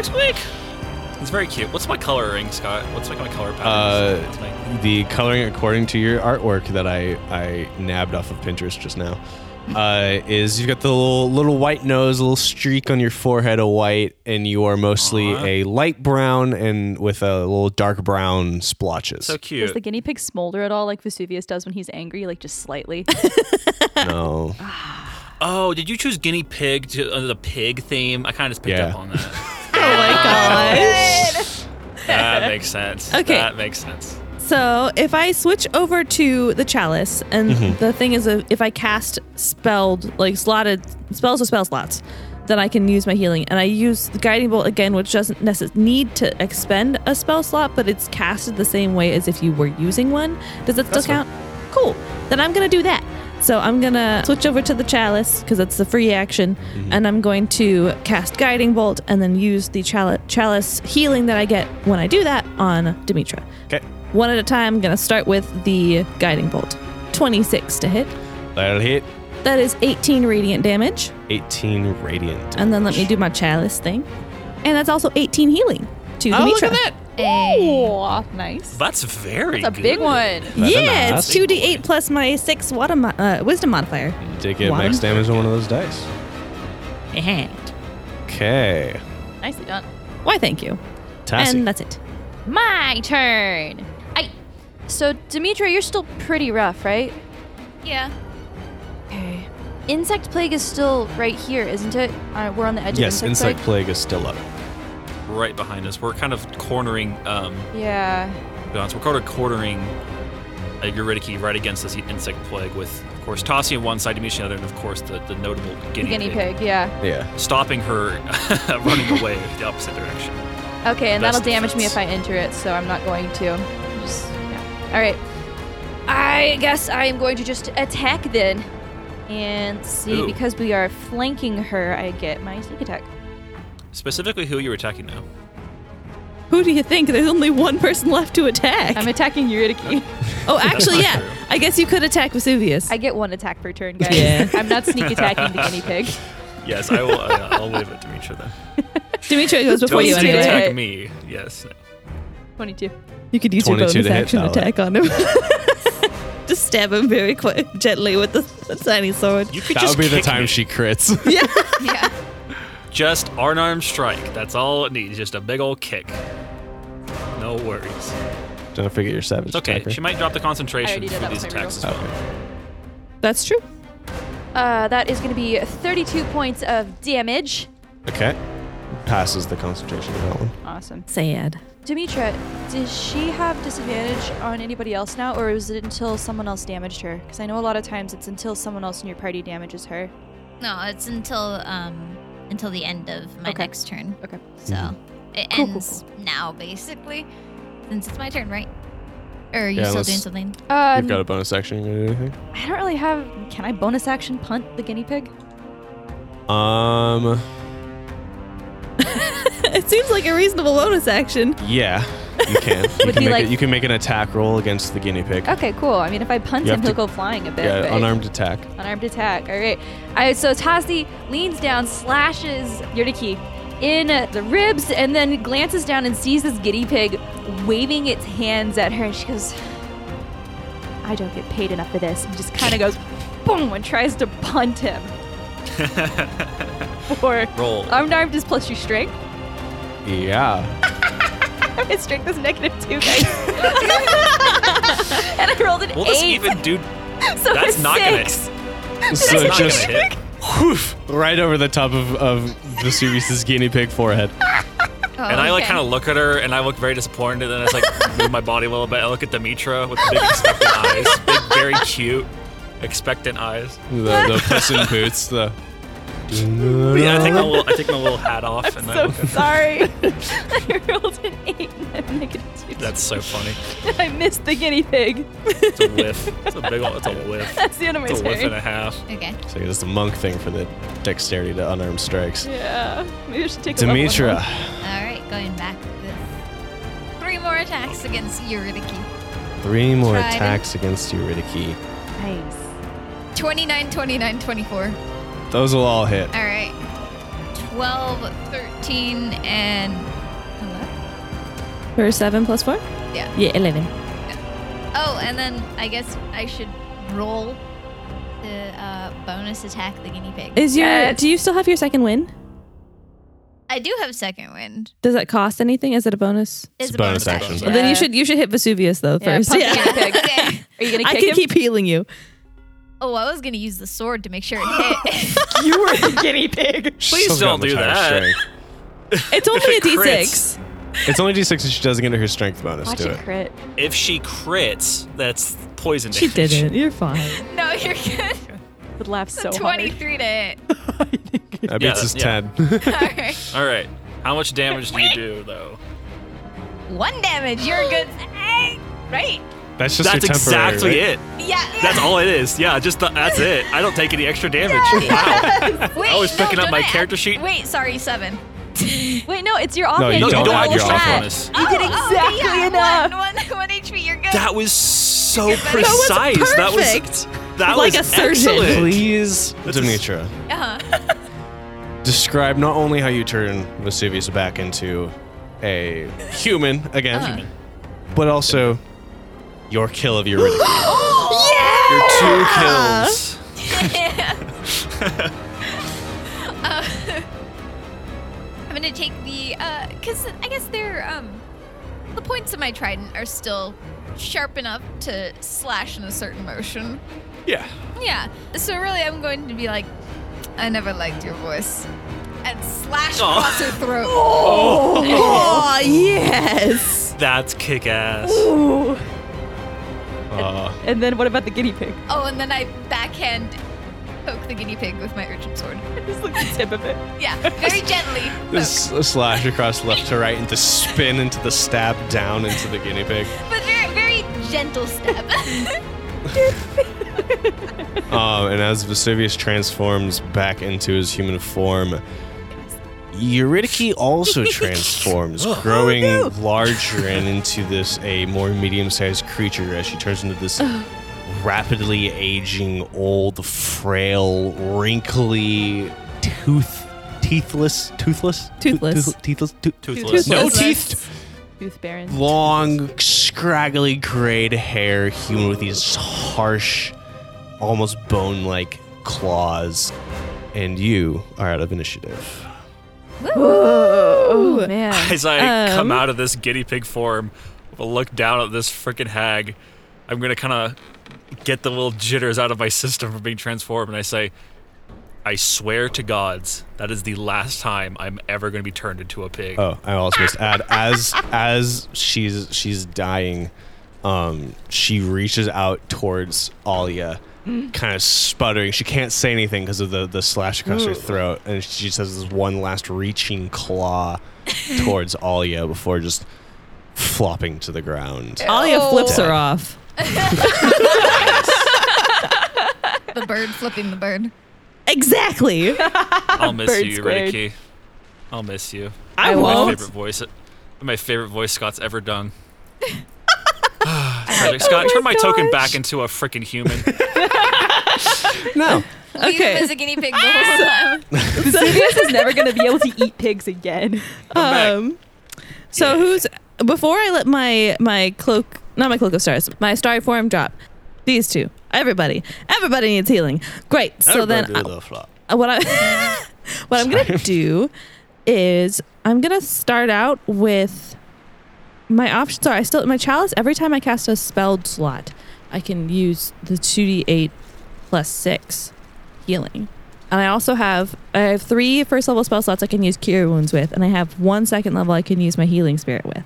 Speaker 5: It's very cute. What's my coloring, Scott? What's like my color pattern?
Speaker 3: Uh,
Speaker 5: What's my-
Speaker 3: the coloring according to your artwork that I, I nabbed off of Pinterest just now uh, is you've got the little, little white nose, a little streak on your forehead of white, and you are mostly a light brown and with a little dark brown splotches.
Speaker 5: so
Speaker 10: Does
Speaker 5: cute.
Speaker 10: the guinea pig smolder at all like Vesuvius does when he's angry, like just [laughs] slightly?
Speaker 3: no.
Speaker 5: oh, did you choose guinea pig to uh, the pig theme? I kind of just picked
Speaker 3: Yeah.
Speaker 5: up on
Speaker 7: [laughs]
Speaker 5: that. [laughs]
Speaker 7: oh my gosh.
Speaker 5: that makes sense.
Speaker 7: Okay.
Speaker 5: That makes sense.
Speaker 7: So if I switch over to the chalice, and the thing is, uh, if I cast spelled like slotted spells with spell slots, then I can use my healing, and I use the guiding bolt again, which doesn't necess- need to expend a spell slot, but it's casted the same way as if you were using one. Does that still count? Cool. Then I'm gonna do that. So I'm gonna switch over to the chalice because it's the free action, and I'm going to cast guiding bolt and then use the chali- chalice healing that I get when I do that on Demetra.
Speaker 3: Okay.
Speaker 7: One at a time, I'm going to start with the guiding bolt. 26 to hit.
Speaker 3: That'll hit.
Speaker 7: That is 18 radiant damage.
Speaker 3: 18 radiant.
Speaker 7: And then let me do my chalice thing. And that's also 18 healing to Demetra.
Speaker 10: oh, nice.
Speaker 5: That's very.
Speaker 10: That's a big
Speaker 5: good.
Speaker 10: one.
Speaker 3: That's a
Speaker 7: Yeah,
Speaker 3: nice
Speaker 7: it's 2d8 plus my 6 water mo- uh, wisdom modifier.
Speaker 3: You did get
Speaker 7: One.
Speaker 3: max damage on one of those dice.
Speaker 7: And
Speaker 3: Okay.
Speaker 10: Nicely done.
Speaker 7: why, thank you.
Speaker 3: Tassie.
Speaker 7: And that's it.
Speaker 4: my turn. I. So, Demetra, you're still pretty rough, right?
Speaker 6: Yeah.
Speaker 4: Okay. Insect plague is still right here, isn't it? Uh, we're on the edge
Speaker 9: Yes,
Speaker 4: of
Speaker 9: insect plague is still up.
Speaker 5: right behind us. We're kind of cornering. Um,
Speaker 4: Yeah.
Speaker 5: to be honest, we're kind of cornering uh, Eurydice right against this insect plague with, of course, Tassi on one side, Demetri on the other, and of course the, the notable guinea,
Speaker 4: Guinea pig. yeah.
Speaker 3: Yeah.
Speaker 5: stopping her [laughs] running away the opposite direction.
Speaker 4: Okay, and
Speaker 5: That's
Speaker 4: that'll damage me
Speaker 5: defense.
Speaker 4: if I enter it, so I'm not going to. Just, yeah. All right. I guess I am going to just attack then. And see,
Speaker 5: Ooh.
Speaker 4: because we are flanking her, I get my sneak attack.
Speaker 5: Specifically, who you're attacking now?
Speaker 7: Who do you think? There's only one person left to attack.
Speaker 10: I'm attacking Eurydice.
Speaker 7: oh, actually,
Speaker 5: not
Speaker 7: yeah.
Speaker 3: [laughs]
Speaker 5: true.
Speaker 7: I guess you could attack Vesuvius.
Speaker 4: I get one attack per turn, guys.
Speaker 7: Yeah.
Speaker 4: [laughs] I'm not sneak attacking the guinea pig.
Speaker 5: Yes, I will. Uh, I'll leave it to Demetri [laughs] then.
Speaker 7: Dimitri goes before
Speaker 5: Don't
Speaker 7: you
Speaker 5: sneak
Speaker 7: anyway.
Speaker 5: attack me. Yes.
Speaker 10: 22.
Speaker 7: You could use your
Speaker 3: 22
Speaker 7: bonus
Speaker 3: to hit,
Speaker 7: action
Speaker 3: Valak.
Speaker 7: attack on him. [laughs] Just stab him very quick, gently with the, the tiny sword.
Speaker 5: You could
Speaker 3: That
Speaker 5: just
Speaker 3: would be the
Speaker 5: kick
Speaker 3: time
Speaker 5: me.
Speaker 3: she crits. [laughs]
Speaker 6: Yeah.
Speaker 5: Just unarmed strike. That's all it needs. Just a big old kick. No worries.
Speaker 3: Don't forget your savage
Speaker 5: It's okay.
Speaker 3: attacker.
Speaker 5: She might drop the
Speaker 4: I
Speaker 5: concentration
Speaker 4: already did
Speaker 5: for
Speaker 4: that
Speaker 5: these
Speaker 4: with my
Speaker 5: attacks as
Speaker 4: reroll.
Speaker 5: well.
Speaker 3: Oh,
Speaker 7: That's true.
Speaker 4: Uh, that is going to be 32 points of damage.
Speaker 3: Okay. Passes the concentration of that one.
Speaker 4: Awesome.
Speaker 7: Sad.
Speaker 4: Demetra, does she have disadvantage on anybody else now, or is it until someone else damaged her? Because I know a lot of times it's until someone else in your party damages her.
Speaker 6: No, it's until um until the end of my
Speaker 4: Okay.
Speaker 6: next turn.
Speaker 4: Okay.
Speaker 6: So it
Speaker 4: Cool, cool,
Speaker 6: ends now basically. Since it's my turn, right? Or are you
Speaker 3: Yeah,
Speaker 6: still
Speaker 3: unless-
Speaker 6: doing something?
Speaker 4: Um,
Speaker 3: You've got a bonus action. You gonna do anything?
Speaker 4: I don't really have. Can I bonus action punt the guinea pig?
Speaker 3: Um.
Speaker 7: It seems like a reasonable bonus action.
Speaker 3: Yeah. You can. you,
Speaker 4: Would
Speaker 3: can
Speaker 4: he,
Speaker 3: make
Speaker 4: like-
Speaker 3: it, you can make an attack roll against the guinea pig.
Speaker 4: Okay, cool. I mean, if I punt
Speaker 3: You
Speaker 4: him,
Speaker 3: have
Speaker 4: he'll
Speaker 3: to-
Speaker 4: go flying a bit.
Speaker 3: yeah.
Speaker 4: but-
Speaker 3: Unarmed attack.
Speaker 4: Unarmed attack. All right. All right. So Tazi leans down, slashes Yurtiki in the ribs, and then glances down and sees this guinea pig waving its hands at her. And she goes, I don't get paid enough for this. And just kind of goes, boom, and tries to punt
Speaker 5: [laughs]
Speaker 4: him. For
Speaker 5: Roll.
Speaker 4: unarmed is plus your strength.
Speaker 3: Yeah.
Speaker 4: My strength is negative two,
Speaker 5: [laughs]
Speaker 4: guys. [laughs] and I rolled an
Speaker 5: Will this
Speaker 4: eight.
Speaker 5: even
Speaker 4: [laughs]
Speaker 5: do?
Speaker 4: so
Speaker 5: That's
Speaker 4: a
Speaker 5: not gonna.
Speaker 4: six. [laughs]
Speaker 3: so
Speaker 5: That's not
Speaker 3: just
Speaker 5: gonna hit.
Speaker 3: whoof, right over the top of of Vesuvius's guinea pig forehead.
Speaker 6: Oh,
Speaker 5: And I like
Speaker 6: okay.
Speaker 5: kind of look at her, and I look very disappointed. And then I just, like move my body a little bit. I look at Demetra with big expectant eyes, big, very cute, expectant eyes.
Speaker 3: The the puss in boots. The.
Speaker 5: But yeah, I take my little, I take my little hat off, and I
Speaker 4: So
Speaker 5: look at her.
Speaker 4: sorry. I rolled an eight and I'm negative two.
Speaker 5: That's so funny.
Speaker 4: I missed the guinea pig. [laughs]
Speaker 5: It's a whiff. It's a big, ol- it's a whiff.
Speaker 4: That's the end of my
Speaker 5: It's a whiff and
Speaker 4: turn.
Speaker 5: a half.
Speaker 6: Okay.
Speaker 3: So that's the monk thing for the dexterity to unarmed strikes.
Speaker 4: Yeah. Maybe I should take a level
Speaker 3: Demetra.
Speaker 4: on
Speaker 6: All right, going back with three more attacks against Eurydice.
Speaker 3: Three more
Speaker 6: Trident.
Speaker 3: attacks against Eurydice.
Speaker 4: that one. Nice.
Speaker 6: 29, 29, 24. All
Speaker 3: Those will all hit.
Speaker 6: right. 12, 13, and. Hello?
Speaker 7: For seven plus four?
Speaker 6: Yeah.
Speaker 7: Yeah, 11.
Speaker 6: Oh, and then I guess I should roll the uh, bonus attack the guinea pig.
Speaker 7: Is your Uh, do you still have your second win?
Speaker 6: I do have second wind.
Speaker 7: Does that cost anything? Is it a bonus?
Speaker 3: It's a bonus action.
Speaker 7: Well, then
Speaker 4: Yeah.
Speaker 7: you should you should hit Vesuvius though
Speaker 4: Yeah,
Speaker 7: first.
Speaker 4: punch
Speaker 7: Uh,
Speaker 4: him.
Speaker 7: Yeah.
Speaker 4: [laughs] Guinea
Speaker 7: [laughs]
Speaker 4: pig.
Speaker 6: okay.
Speaker 4: Are you gonna
Speaker 7: I
Speaker 4: kick
Speaker 7: can
Speaker 4: him?
Speaker 7: keep healing you.
Speaker 6: Oh, I was going to use the sword to make sure
Speaker 5: [gasps]
Speaker 6: it hit. [laughs]
Speaker 10: You were the guinea pig.
Speaker 5: Please
Speaker 3: She's
Speaker 5: don't
Speaker 3: got
Speaker 5: do
Speaker 3: much higher
Speaker 5: that.
Speaker 3: strength.
Speaker 7: It's only a
Speaker 5: If it
Speaker 7: d6.
Speaker 3: It's only d6 and she doesn't get her strength bonus
Speaker 4: Watch
Speaker 3: to
Speaker 4: it
Speaker 3: it.
Speaker 4: crit.
Speaker 5: If she crits, that's poison.
Speaker 7: She
Speaker 5: damage.
Speaker 7: [laughs] didn't. You're fine.
Speaker 6: no,
Speaker 5: [laughs]
Speaker 6: you're good.
Speaker 4: Would laugh [laughs] so hard.
Speaker 6: 23 to hit. [laughs]
Speaker 3: That
Speaker 5: Yeah,
Speaker 3: beats his
Speaker 5: yeah.
Speaker 3: 10.
Speaker 6: All right.
Speaker 5: All right. How much damage do you do though?
Speaker 6: One damage. You're good. Hey, right?
Speaker 3: [laughs] That's just
Speaker 5: that's
Speaker 3: your temporary,
Speaker 5: exactly
Speaker 3: right?
Speaker 5: it.
Speaker 6: Yeah.
Speaker 5: That's
Speaker 6: [laughs]
Speaker 5: all it is. Yeah, just the, that's it. I don't take any extra damage. Wow.
Speaker 6: Wait,
Speaker 5: I was picking up
Speaker 6: don't
Speaker 5: my
Speaker 6: I-
Speaker 5: character sheet.
Speaker 6: Wait, sorry, seven.
Speaker 4: Wait, no, it's your offhand.
Speaker 3: you
Speaker 5: No, you
Speaker 3: don't
Speaker 5: don't
Speaker 3: have
Speaker 5: add your
Speaker 3: your
Speaker 5: off
Speaker 3: offhand.
Speaker 5: bonus.
Speaker 6: You did
Speaker 4: exactly enough.
Speaker 6: Oh, One, one, [laughs] one HP. You're good.
Speaker 5: That was so
Speaker 7: was
Speaker 5: precise. That was
Speaker 7: perfect.
Speaker 5: that
Speaker 7: Like
Speaker 5: was
Speaker 7: a surgeon.
Speaker 5: excellent.
Speaker 3: Please,
Speaker 5: That's a-
Speaker 3: Demetra,
Speaker 6: uh-huh.
Speaker 3: describe not only how you turn Vesuvius back into a human again, but also your kill of Eurydice.
Speaker 5: Your two kills.
Speaker 6: I'm gonna take the uh, cause I guess they're um, the points of my trident are still sharp enough to slash in a certain motion.
Speaker 9: Yeah.
Speaker 6: Yeah. So really, I'm going to be like, I never liked your voice, and slash
Speaker 5: Aw.
Speaker 6: across her
Speaker 10: [laughs]
Speaker 6: throat.
Speaker 7: Oh, yes.
Speaker 5: That's kick ass.
Speaker 10: Ooh.
Speaker 9: Uh,
Speaker 10: And then what about the guinea pig?
Speaker 6: Oh, and then I backhand poke the guinea pig with my urchin sword.
Speaker 10: [laughs] Just like the tip of it.
Speaker 6: Yeah, very gently. poke.
Speaker 3: This slash across left to right and to spin into the stab down into the guinea pig.
Speaker 6: But very, very gentle step. [laughs]
Speaker 3: Um, and as Vesuvius transforms back into his human form, Eurydice
Speaker 7: [laughs]
Speaker 3: also transforms,
Speaker 7: Oh,
Speaker 3: growing larger and into this a more medium-sized creature as she turns into
Speaker 7: [sighs]
Speaker 3: this rapidly aging, old, frail, wrinkly, tooth, teethless, toothless,
Speaker 7: Toothless.
Speaker 3: Tooth- teethless, tooth-
Speaker 5: Toothless.
Speaker 3: no
Speaker 7: Toothless.
Speaker 3: teeth,
Speaker 10: Tooth Baron.
Speaker 3: long, scraggly grayed hair, human with these harsh, almost bone like claws. And you are out of initiative.
Speaker 10: Oh, man.
Speaker 5: As I come
Speaker 7: Um,
Speaker 5: out of this guinea pig form, I'll look down at this freaking hag. I'm gonna kind of get the little jitters out of my system from being transformed, and I say, "I swear to gods, that is the last time I'm ever gonna be turned into a pig."
Speaker 3: Oh, I also must add, as as she's she's dying, um, she reaches out towards Alia, kind of sputtering. She can't say anything because of the the slash across her throat, and she just has this one last reaching claw towards Alia before just flopping to the ground.
Speaker 7: Alia flips her off.
Speaker 6: the bird flipping the bird.
Speaker 7: [laughs] Exactly.
Speaker 5: I'll miss
Speaker 10: Bird
Speaker 5: you,
Speaker 10: squared.
Speaker 5: Riddicky. I'll miss you.
Speaker 7: I
Speaker 5: My
Speaker 7: won't.
Speaker 5: favorite voice. uh, My favorite voice Scott's ever
Speaker 7: [laughs]
Speaker 5: done. Tragic.
Speaker 7: Oh
Speaker 5: Scott, turn my token back into a freaking human.
Speaker 3: No.
Speaker 6: Leave him
Speaker 7: Okay.
Speaker 6: as a guinea pig the
Speaker 10: Ah! [laughs]
Speaker 6: whole time.
Speaker 10: Vesuvius is never going to be able to eat pigs again.
Speaker 5: back.
Speaker 7: Um, so who's before I let my my cloak not my cloak of stars my starry form drop? These two, everybody, everybody needs healing. Great. So then I- Uh, what I [laughs] what I'm gonna do is I'm gonna start out with my options are I still my chalice every time I cast a spelled slot I can use the two d eight plus six healing and I also have I have three first level spell slots I can use cure wounds with and I have one second level I can use my healing spirit with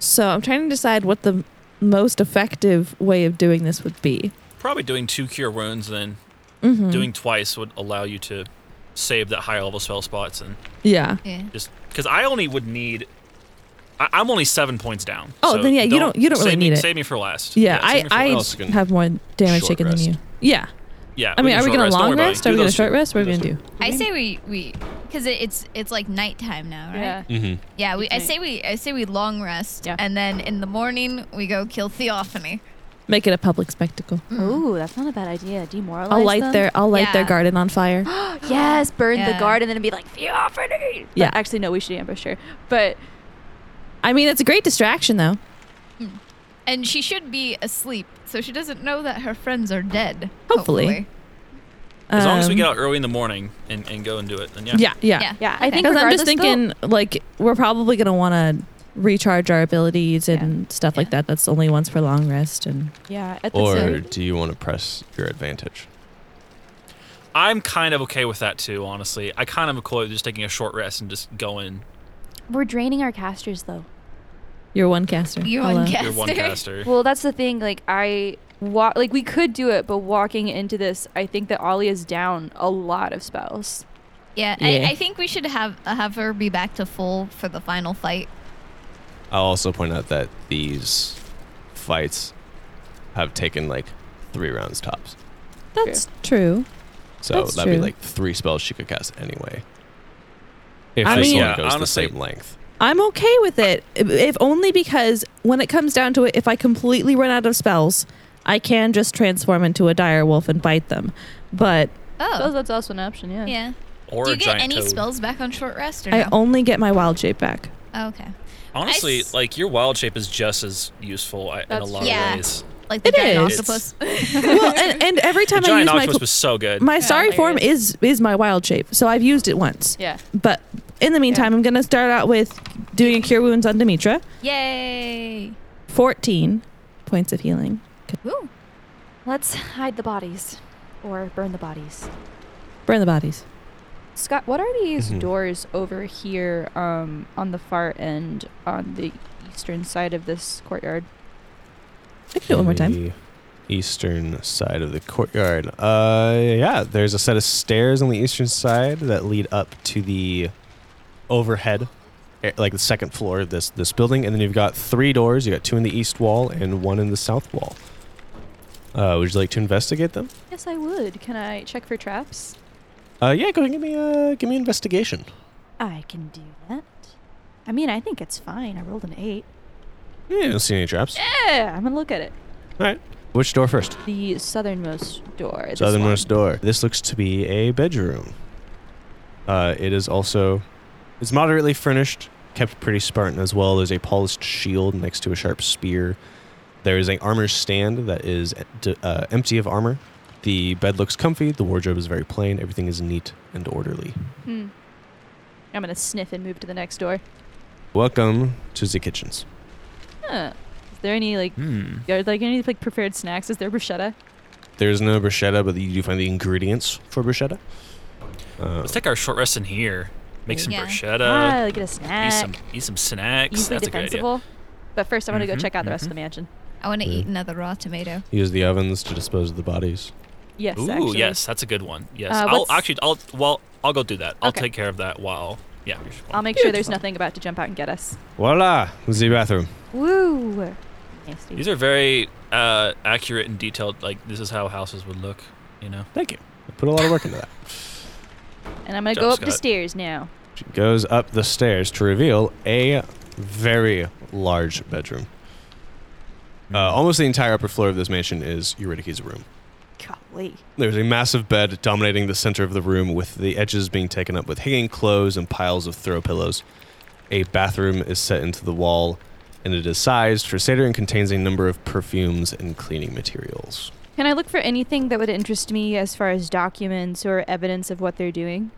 Speaker 7: so I'm trying to decide what the most effective way of doing this would be
Speaker 5: Probably doing two cure wounds, then
Speaker 7: Mhm.
Speaker 5: doing twice would allow you to save that higher level spell spots and
Speaker 7: yeah
Speaker 6: Yeah.
Speaker 5: just because I only would need. I, I'm only seven points down.
Speaker 7: Oh,
Speaker 5: so
Speaker 7: then yeah, you don't- you don't
Speaker 5: save
Speaker 7: really
Speaker 5: me,
Speaker 7: need it.
Speaker 5: Save me for last.
Speaker 7: Yeah,
Speaker 5: save me for
Speaker 7: I,
Speaker 5: last.
Speaker 3: else
Speaker 7: I
Speaker 3: can
Speaker 7: have more damage
Speaker 3: short
Speaker 7: taken
Speaker 3: rest.
Speaker 7: than you. Yeah.
Speaker 5: yeah.
Speaker 7: I
Speaker 5: we
Speaker 7: mean,
Speaker 5: can
Speaker 7: are we
Speaker 5: short
Speaker 7: going to
Speaker 5: rest. Don't
Speaker 7: long
Speaker 5: worry about it.
Speaker 7: rest?
Speaker 5: Do
Speaker 7: Are we going to
Speaker 5: those
Speaker 7: short
Speaker 5: two.
Speaker 7: rest? What are we
Speaker 5: Do
Speaker 7: going to do?
Speaker 6: I say we we because it, it's it's like nighttime now, right?
Speaker 10: Yeah.
Speaker 6: Yeah, we, I say we I say we long rest,
Speaker 10: Yeah.
Speaker 6: and then in the morning we go kill Theophany.
Speaker 7: Make it a public spectacle.
Speaker 4: Ooh, that's not a bad idea. Demoralize
Speaker 7: I'll light
Speaker 4: them.
Speaker 7: their I'll light their
Speaker 6: Yeah.
Speaker 7: garden on
Speaker 6: [gasps]
Speaker 7: fire.
Speaker 4: Yes, burn
Speaker 6: Yeah.
Speaker 4: the guard and then be like Theophany. But
Speaker 7: Yeah.
Speaker 10: Actually, no, we should ambush her. But
Speaker 7: I mean, it's a great distraction though.
Speaker 6: And she should be asleep, so she doesn't know that her friends are dead.
Speaker 7: Hopefully.
Speaker 5: As long as we
Speaker 7: Um,
Speaker 5: get out early in the morning and, and go and do it, then yeah.
Speaker 7: Yeah, yeah.
Speaker 6: Yeah.
Speaker 4: yeah, I
Speaker 6: Okay.
Speaker 4: think
Speaker 7: Because I'm just
Speaker 4: regardless,
Speaker 7: thinking like we're probably going to want to recharge our abilities and stuff like
Speaker 6: Yeah.
Speaker 7: that. That's only once for long rest and
Speaker 10: yeah, at this
Speaker 3: Or
Speaker 10: point,
Speaker 3: do you want to press your advantage?
Speaker 5: I'm kind of okay with that too, honestly. I kind of am cool with just taking a short rest and just going
Speaker 4: though, we're draining our casters though.
Speaker 7: you're one caster. uh,
Speaker 6: You're
Speaker 7: Hello.
Speaker 6: one caster.
Speaker 5: your
Speaker 4: [laughs]
Speaker 5: one caster.
Speaker 4: Well, that's the thing. Like I walk, like we could do it, but walking into this, I think that Ollie is down a lot of spells.
Speaker 6: Yeah,
Speaker 7: Yeah.
Speaker 6: I, I think we should have uh, have her be back to full for the final fight.
Speaker 3: I'll also point out that these fights have taken like three rounds tops.
Speaker 7: That's true.
Speaker 3: So
Speaker 7: That's
Speaker 3: that'd be
Speaker 7: true.
Speaker 3: like three spells she could cast anyway. If
Speaker 7: I
Speaker 3: this
Speaker 7: mean-
Speaker 3: one
Speaker 5: Yeah,
Speaker 3: goes
Speaker 5: honestly-
Speaker 3: the same length.
Speaker 7: I'm okay with it, if only because when it comes down to it, if I completely run out of spells, I can just transform into a dire wolf and bite them. But
Speaker 6: Oh,
Speaker 4: that's also an option. Yeah.
Speaker 6: yeah.
Speaker 5: Or
Speaker 6: Do
Speaker 5: a
Speaker 6: you get
Speaker 5: giant
Speaker 6: any
Speaker 5: toad.
Speaker 6: spells back on short rest or
Speaker 7: I
Speaker 6: no?
Speaker 7: only get my wild shape back.
Speaker 6: Oh, okay.
Speaker 5: Honestly,
Speaker 6: s-
Speaker 5: like your wild shape is just as useful I- in a
Speaker 4: That's
Speaker 5: lot
Speaker 6: Yeah.
Speaker 5: of ways.
Speaker 6: Like the
Speaker 7: It
Speaker 6: giant
Speaker 7: is.
Speaker 6: octopus. [laughs]
Speaker 7: well, and, and every
Speaker 5: The
Speaker 7: time I use
Speaker 5: giant
Speaker 7: my
Speaker 5: octopus
Speaker 7: cl-
Speaker 5: was so good.
Speaker 7: my starry
Speaker 10: there it
Speaker 7: form is is my wild shape, so I've used it once.
Speaker 4: Yeah.
Speaker 7: But in the meantime, I'm going to start out with doing a cure wounds on Demetra.
Speaker 6: Yay!
Speaker 7: 14 points of healing.
Speaker 6: Woo!
Speaker 4: Let's hide the bodies or burn the bodies.
Speaker 7: Burn the bodies.
Speaker 4: Scott, what are these
Speaker 5: Mm-hmm.
Speaker 9: Mhm.
Speaker 4: doors over here um, on the far end on the eastern side of this courtyard?
Speaker 7: I can do it one more time.
Speaker 3: The Eastern side of the courtyard. Uh, yeah, there's a set of stairs on the eastern side that lead up to the overhead, eh, like the second floor of this this building, and then you've got three doors. You got two in the east wall and one in the south wall. Uh, would you like to investigate them?
Speaker 4: Yes, I would. Can I check for traps?
Speaker 3: Uh, yeah, go ahead and give me uh, give me investigation.
Speaker 4: I can do that. I mean, I think it's fine. I rolled an eight.
Speaker 3: Yeah, you don't see any traps.
Speaker 4: Yeah, Eh, I'm gonna look at it.
Speaker 3: All right. Which door first?
Speaker 4: The southernmost door. this
Speaker 3: Southernmost
Speaker 4: one.
Speaker 3: door. This looks to be a bedroom. Uh, it is also it's moderately furnished, kept pretty Spartan as well. There's a polished shield next to a sharp spear. There is an armor stand that is d- uh, empty of armor. The bed looks comfy. The wardrobe is very plain. Everything is neat and orderly.
Speaker 4: Hmm. I'm gonna sniff and move to the next door.
Speaker 3: Welcome to the kitchens.
Speaker 4: Huh. Is there any like
Speaker 5: Hmm.
Speaker 4: are like any like prepared snacks? Is there bruschetta?
Speaker 3: There's no bruschetta, but you do find the ingredients for bruschetta. Uh,
Speaker 5: Let's take our short rest in here. Make some
Speaker 6: Yeah.
Speaker 5: bruschetta.
Speaker 4: ah, get a
Speaker 5: eat
Speaker 4: snack.
Speaker 5: Uh, some eat some snacks.
Speaker 4: Easily
Speaker 5: That's a good idea.
Speaker 4: defensible. But first, I want to go
Speaker 5: Mhm,
Speaker 4: check out the rest of
Speaker 5: mhm.
Speaker 4: the mansion.
Speaker 6: I want to
Speaker 3: Yeah.
Speaker 6: eat another raw tomato.
Speaker 3: use the ovens to dispose of the bodies.
Speaker 4: Yes,
Speaker 5: Ooh,
Speaker 4: actually.
Speaker 5: yes, that's a good one. Yes,
Speaker 4: Uh,
Speaker 5: I'll
Speaker 4: what's-
Speaker 5: actually I'll well I'll go do that. I'll
Speaker 4: Okay. Um,
Speaker 5: take care of that while yeah. you're just-
Speaker 4: I'll make sure there's nothing about to jump out and get us.
Speaker 3: Voila! The bathroom.
Speaker 4: Woo! Nasty.
Speaker 5: These are very uh, accurate and detailed. Like this is how houses would look. You know.
Speaker 3: Thank you. I put a lot of work into that.
Speaker 4: and I'm gonna
Speaker 5: Job,
Speaker 4: go up the
Speaker 5: Scott.
Speaker 4: stairs now.
Speaker 3: She goes up the stairs to reveal a very large bedroom. Uh, almost the entire upper floor of this mansion is Eurydice's room.
Speaker 4: Golly.
Speaker 3: There's a massive bed dominating the center of the room, with the edges being taken up with hanging clothes and piles of throw pillows. A bathroom is set into the wall, and it is sized for satyr and contains a number of perfumes and cleaning materials.
Speaker 4: Can I look for anything that would interest me as far as documents or evidence of what they're doing?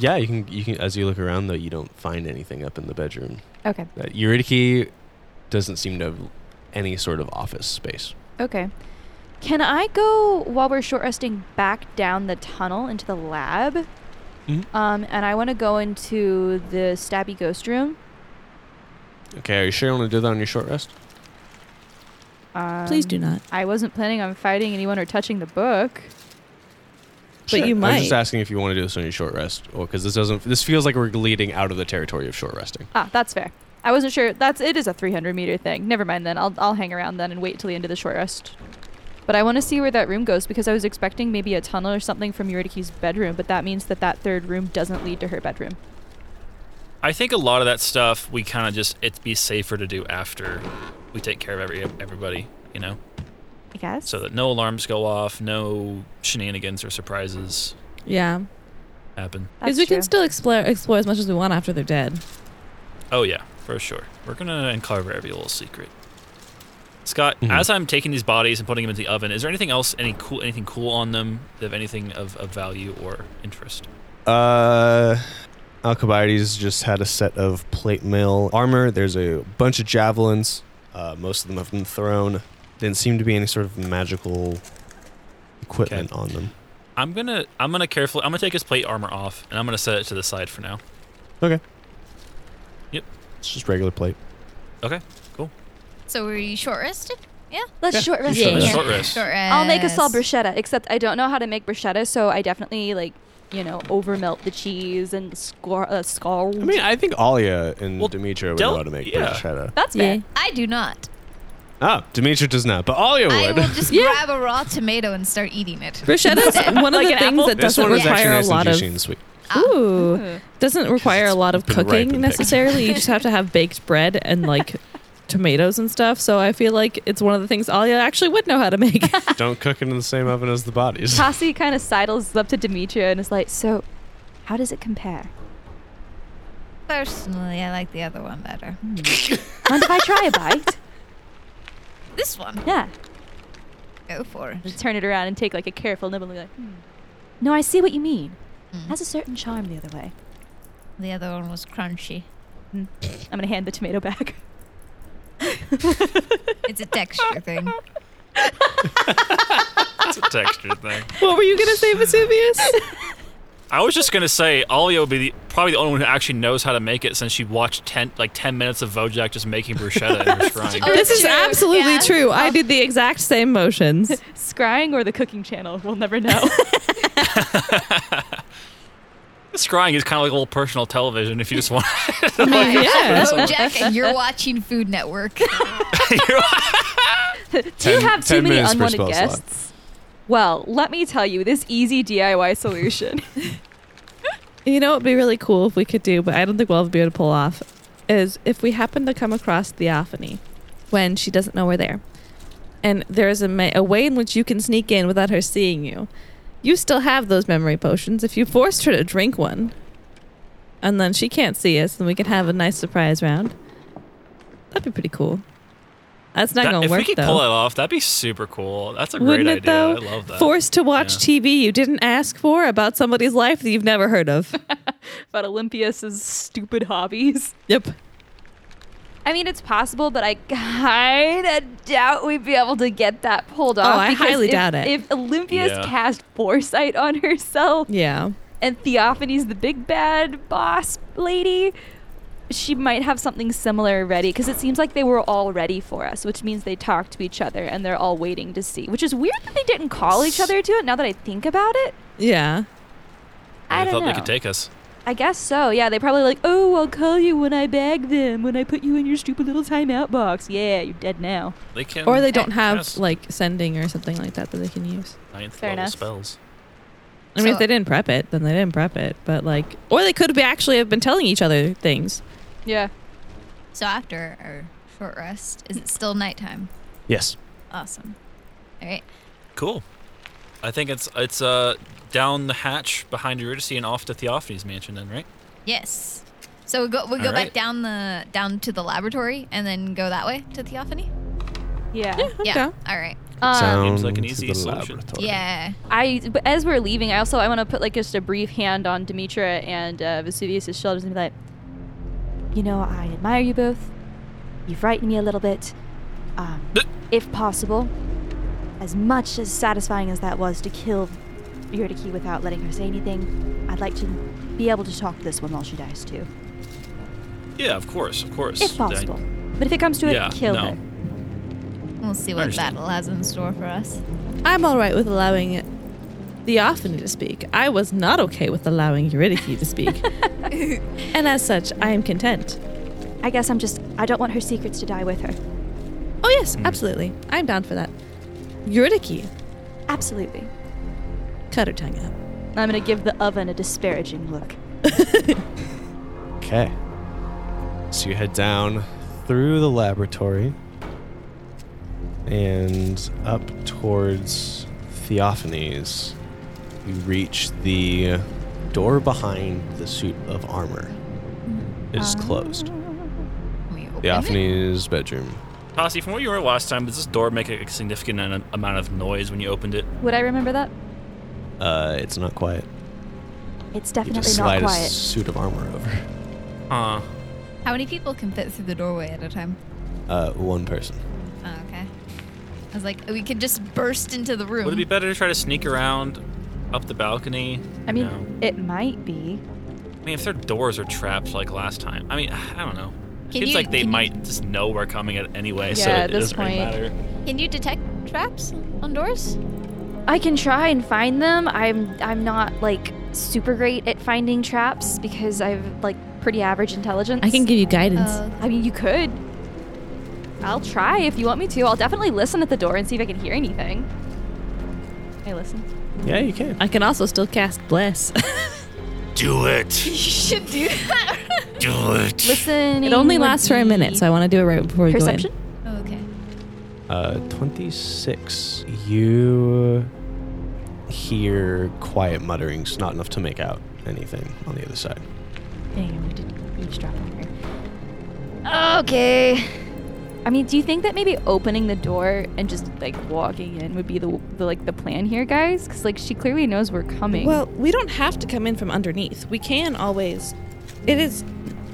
Speaker 3: Yeah, you can you can as you look around though, you don't find anything up in the bedroom.
Speaker 4: Okay.
Speaker 3: that Eurydice Uh, doesn't seem to have any sort of office space.
Speaker 4: Okay. Can I go while we're short resting back down the tunnel into the lab?
Speaker 5: Mm-hmm.
Speaker 3: Mhm.
Speaker 4: Um, and I want to go into the stabby ghost room.
Speaker 3: Okay, are you sure you want to do that on your short rest?
Speaker 4: Um,
Speaker 7: Please do not.
Speaker 4: I wasn't planning on fighting anyone or touching the book.
Speaker 7: But
Speaker 3: I
Speaker 7: you
Speaker 3: was
Speaker 7: might.
Speaker 3: just asking if you want to do this on your short rest, or because this doesn't. This feels like we're leading out of the territory of short resting.
Speaker 4: Ah, that's fair. I wasn't sure. That's it is a 300 meter thing. Never mind then. I'll I'll hang around then and wait till the end of the short rest. But I want to see where that room goes because I was expecting maybe a tunnel or something from Eurydice's bedroom, but that means that that third room doesn't lead to her bedroom.
Speaker 5: I think a lot of that stuff we kind of just it'd be safer to do after we take care of every everybody. You know,
Speaker 4: I guess.
Speaker 5: so that no alarms go off, no shenanigans or surprises
Speaker 7: Yeah.
Speaker 5: happen.
Speaker 7: Because we can still explore, explore as much as we want after they're dead.
Speaker 5: Oh yeah, for sure. We're gonna uncover every little secret. Scott,
Speaker 3: Mhm.
Speaker 5: as I'm taking these bodies and putting them into the oven, is there anything else, any cool, anything cool on them, that have anything of, of value or interest?
Speaker 3: Uh, Alcibiades just had a set of plate mail armor. There's a bunch of javelins. Uh, most of them have been thrown. Didn't seem to be any sort of magical equipment on them.
Speaker 5: I'm gonna, I'm gonna carefully, I'm gonna take his plate armor off, and I'm gonna set it to the side for now.
Speaker 3: It's just regular plate.
Speaker 6: So were you short rested?
Speaker 4: Let's
Speaker 3: Yeah,
Speaker 4: short rest.
Speaker 5: Short rest,
Speaker 6: Yeah.
Speaker 5: short rest.
Speaker 6: Short rest.
Speaker 4: I'll make us all bruschetta, except I don't know how to make bruschetta, so I definitely like, you know, overmelt the cheese and score uh, scald.
Speaker 3: I mean, I think Alia and
Speaker 5: Well,
Speaker 3: Demetra would
Speaker 5: Del-
Speaker 3: know how to make
Speaker 5: yeah.
Speaker 3: bruschetta.
Speaker 4: that's fair.
Speaker 6: I do not.
Speaker 3: Ah, Demetra does not, but Alia
Speaker 5: Oh,
Speaker 6: I
Speaker 3: would.
Speaker 6: will just
Speaker 7: [laughs] Yeah.
Speaker 6: grab a raw tomato and start eating it.
Speaker 7: Bruschetta's one of
Speaker 4: Like
Speaker 7: the
Speaker 4: an
Speaker 7: things
Speaker 4: apple?
Speaker 3: [laughs]
Speaker 7: that
Speaker 3: this
Speaker 7: doesn't
Speaker 3: one is actually
Speaker 7: require a
Speaker 3: nice
Speaker 7: lot
Speaker 3: and
Speaker 7: of
Speaker 3: juicy and sweet.
Speaker 7: ooh doesn't require a lot of
Speaker 3: been ripe
Speaker 7: cooking
Speaker 3: and picked.
Speaker 7: necessarily. you just have to have baked bread and like tomatoes and stuff. So I feel like it's one of the things Alia actually would know how to make.
Speaker 3: Don't cook it in the same oven as the bodies.
Speaker 4: Tassi kind of sidles up to Demetria and is like, so how does it compare?
Speaker 6: Personally, I like the other one better.
Speaker 4: Hmm. Mind if I try a bite?
Speaker 6: [laughs] This one.
Speaker 4: Yeah.
Speaker 6: Go for it.
Speaker 4: Just turn it around and take like a careful nibble and be like, hmm. No, I see what you mean. Has a certain charm the other way.
Speaker 6: The other one was crunchy.
Speaker 10: I'm gonna hand the tomato
Speaker 4: [laughs]
Speaker 10: back.
Speaker 6: It's a
Speaker 5: [laughs]
Speaker 6: texture thing.
Speaker 5: It's a texture thing.
Speaker 7: [laughs] What were you gonna say, Vesuvius?
Speaker 5: [laughs] I was just gonna say, Alia will be the, probably the only one who actually knows how to make it since she watched ten like ten minutes of Vojak just making bruschetta
Speaker 7: [laughs]
Speaker 5: in her shrine.
Speaker 6: Oh,
Speaker 7: this is
Speaker 6: true.
Speaker 7: absolutely
Speaker 6: Yeah.
Speaker 7: true. I did the exact same motions.
Speaker 10: Scrying or the cooking channel? We'll never
Speaker 4: [laughs]
Speaker 10: know.
Speaker 5: This scrying is kind of like a little personal television if you just want.
Speaker 7: yeah.
Speaker 6: Oh, Jack, and you're watching Food Network.
Speaker 10: Do you have too
Speaker 3: 10
Speaker 10: many
Speaker 3: minutes per
Speaker 10: unwanted
Speaker 3: spell slot.
Speaker 10: guests? Well, let me tell you this easy DIY
Speaker 4: [laughs]
Speaker 10: solution.
Speaker 7: You know, it'd be really cool if we could do, but I don't think we'll ever be able to pull off. Is if we happen to come across Theophany when she doesn't know we're there, and there is a, ma- a way in which you can sneak in without her seeing you. You still have those memory potions if you forced her to drink one, and then she can't see us, and we can have a nice surprise round. That'd be pretty cool. That's not
Speaker 5: That- [laughs]
Speaker 7: gonna
Speaker 5: if
Speaker 7: work
Speaker 5: we could
Speaker 7: though.
Speaker 5: pull that off, that'd be super cool. That's a great
Speaker 7: Wouldn't
Speaker 5: idea.
Speaker 7: it though?
Speaker 5: I love that.
Speaker 7: Forced to watch TV you didn't ask for about somebody's life that you've never
Speaker 5: [laughs]
Speaker 7: heard of.
Speaker 10: About Olympias's stupid hobbies.
Speaker 7: yep.
Speaker 4: I mean, it's possible, but I kind of doubt we'd be able to get that pulled off.
Speaker 7: I
Speaker 4: because
Speaker 7: highly
Speaker 4: if-
Speaker 7: doubt it.
Speaker 4: If Olympia's
Speaker 5: Yeah.
Speaker 4: cast foresight on herself
Speaker 7: Yeah.
Speaker 4: and Theophany's the big bad boss lady, she might have something similar ready because it seems like they were all ready for us, which means they talked to each other and they're all waiting to see. Which is weird that they didn't call each other to it. Now that I think about it,
Speaker 7: Yeah.
Speaker 5: I
Speaker 4: I
Speaker 5: thought
Speaker 4: don't
Speaker 5: they
Speaker 4: know.
Speaker 5: could take us.
Speaker 4: I guess so. Yeah, they probably like, oh, I'll call you when I bag them, when I put you in your stupid little timeout box. Yeah, you're dead now.
Speaker 5: They can.
Speaker 7: Or they don't have
Speaker 5: Yes.
Speaker 7: like sending or something like that that they can use.
Speaker 5: ninth
Speaker 4: Fair
Speaker 5: level
Speaker 4: enough.
Speaker 5: spells.
Speaker 7: I mean,
Speaker 6: So-
Speaker 7: if they didn't prep it, then they didn't prep it. But like, or they could be actually have been telling each other things.
Speaker 10: Yeah.
Speaker 6: so after our short rest, is it still nighttime?
Speaker 9: Yes.
Speaker 6: Awesome. All right.
Speaker 5: Cool. I think it's it's uh down the hatch behind Eurydice and off to Theophany's mansion then, right?
Speaker 6: Yes. So we go we go
Speaker 5: All right.
Speaker 6: back down the down to the laboratory and then go that way to Theophany.
Speaker 4: Yeah. Um,
Speaker 6: Yeah. All right.
Speaker 7: Uh,
Speaker 5: Seems like
Speaker 3: Down
Speaker 5: an
Speaker 3: to
Speaker 5: easy
Speaker 3: the
Speaker 5: solution.
Speaker 3: laboratory.
Speaker 6: Yeah.
Speaker 4: I but as we're leaving, I also I want to put like just a brief hand on Demetra and uh, Vesuvius's shoulders and be like, you know, I admire you both. You frighten me a little bit. Um, if possible, as much as satisfying as that was to kill Eurydice without letting her say anything, I'd like to be able to talk to this one while she dies too,
Speaker 5: Yeah, of course, of course.
Speaker 4: if
Speaker 5: I-
Speaker 4: possible. But if it comes to it,
Speaker 5: yeah,
Speaker 4: kill
Speaker 5: no.
Speaker 4: her.
Speaker 6: We'll see what
Speaker 5: Understand.
Speaker 6: battle has in store for us.
Speaker 7: I'm all right with allowing Theophany to speak. I was not okay with allowing Eurydice to speak, [laughs] and as such, I am content.
Speaker 4: I guess I'm just I don't want her secrets to die with her.
Speaker 7: Oh yes, absolutely, I'm down for that. Eurydice,
Speaker 4: Absolutely.
Speaker 7: cut her tongue out.
Speaker 4: I'm gonna give the oven a disparaging look.
Speaker 9: Okay.
Speaker 3: So you head down through the laboratory and up towards Theophany's. You reach the door behind the suit of armor. It
Speaker 7: Uh,
Speaker 3: is closed.
Speaker 6: Can we open it?
Speaker 3: Theophany's bedroom.
Speaker 5: Posse, from what you were last time, does this door make a significant an- amount of noise when you opened it?
Speaker 4: Would I remember that?
Speaker 3: Uh, it's not quiet.
Speaker 4: It's
Speaker 3: You
Speaker 4: definitely
Speaker 3: just
Speaker 4: not
Speaker 3: slide a
Speaker 4: quiet.
Speaker 3: suit of armor over.
Speaker 5: Uh
Speaker 6: How many people can fit through the doorway at a time?
Speaker 3: Uh, one person.
Speaker 6: Oh, okay. I was like, we could just burst into the room.
Speaker 5: would it be better to try to sneak around up the balcony?
Speaker 4: I mean,
Speaker 5: No.
Speaker 4: it might be.
Speaker 5: I mean, if their doors are trapped like last time, I mean, I don't know.
Speaker 6: Can
Speaker 5: Seems
Speaker 6: you-
Speaker 5: like they
Speaker 6: can you-
Speaker 5: might just know we're coming at anyway, so
Speaker 4: Yeah,
Speaker 5: it
Speaker 4: at this
Speaker 5: doesn't really
Speaker 4: point.
Speaker 5: matter.
Speaker 6: Can you detect traps on doors?
Speaker 4: I can try and find them. I'm I'm not like super great at finding traps because I've like pretty average intelligence.
Speaker 7: I can give you guidance.
Speaker 4: I mean, you could. I'll try if you want me to. I'll definitely listen at the door and see if I can hear anything. Hey, listen.
Speaker 3: Yeah, you can.
Speaker 7: I can also still cast bless. [laughs]
Speaker 5: Do it.
Speaker 6: you should do that.
Speaker 5: Do it.
Speaker 4: Listen.
Speaker 7: it only lasts for a minute, so I want to do it right before we
Speaker 4: perception.
Speaker 7: go
Speaker 6: Oh, okay.
Speaker 3: Uh, 26. You hear quiet mutterings, not enough to make out anything on the other side.
Speaker 4: Damn, we did eavesdrop on her. Okay. I mean, do you think that maybe opening the door and just like walking in would be the, the like the plan here, guys? Because like she clearly knows we're
Speaker 7: in.
Speaker 4: coming.
Speaker 7: Well, we don't have to come in from underneath. We can always It is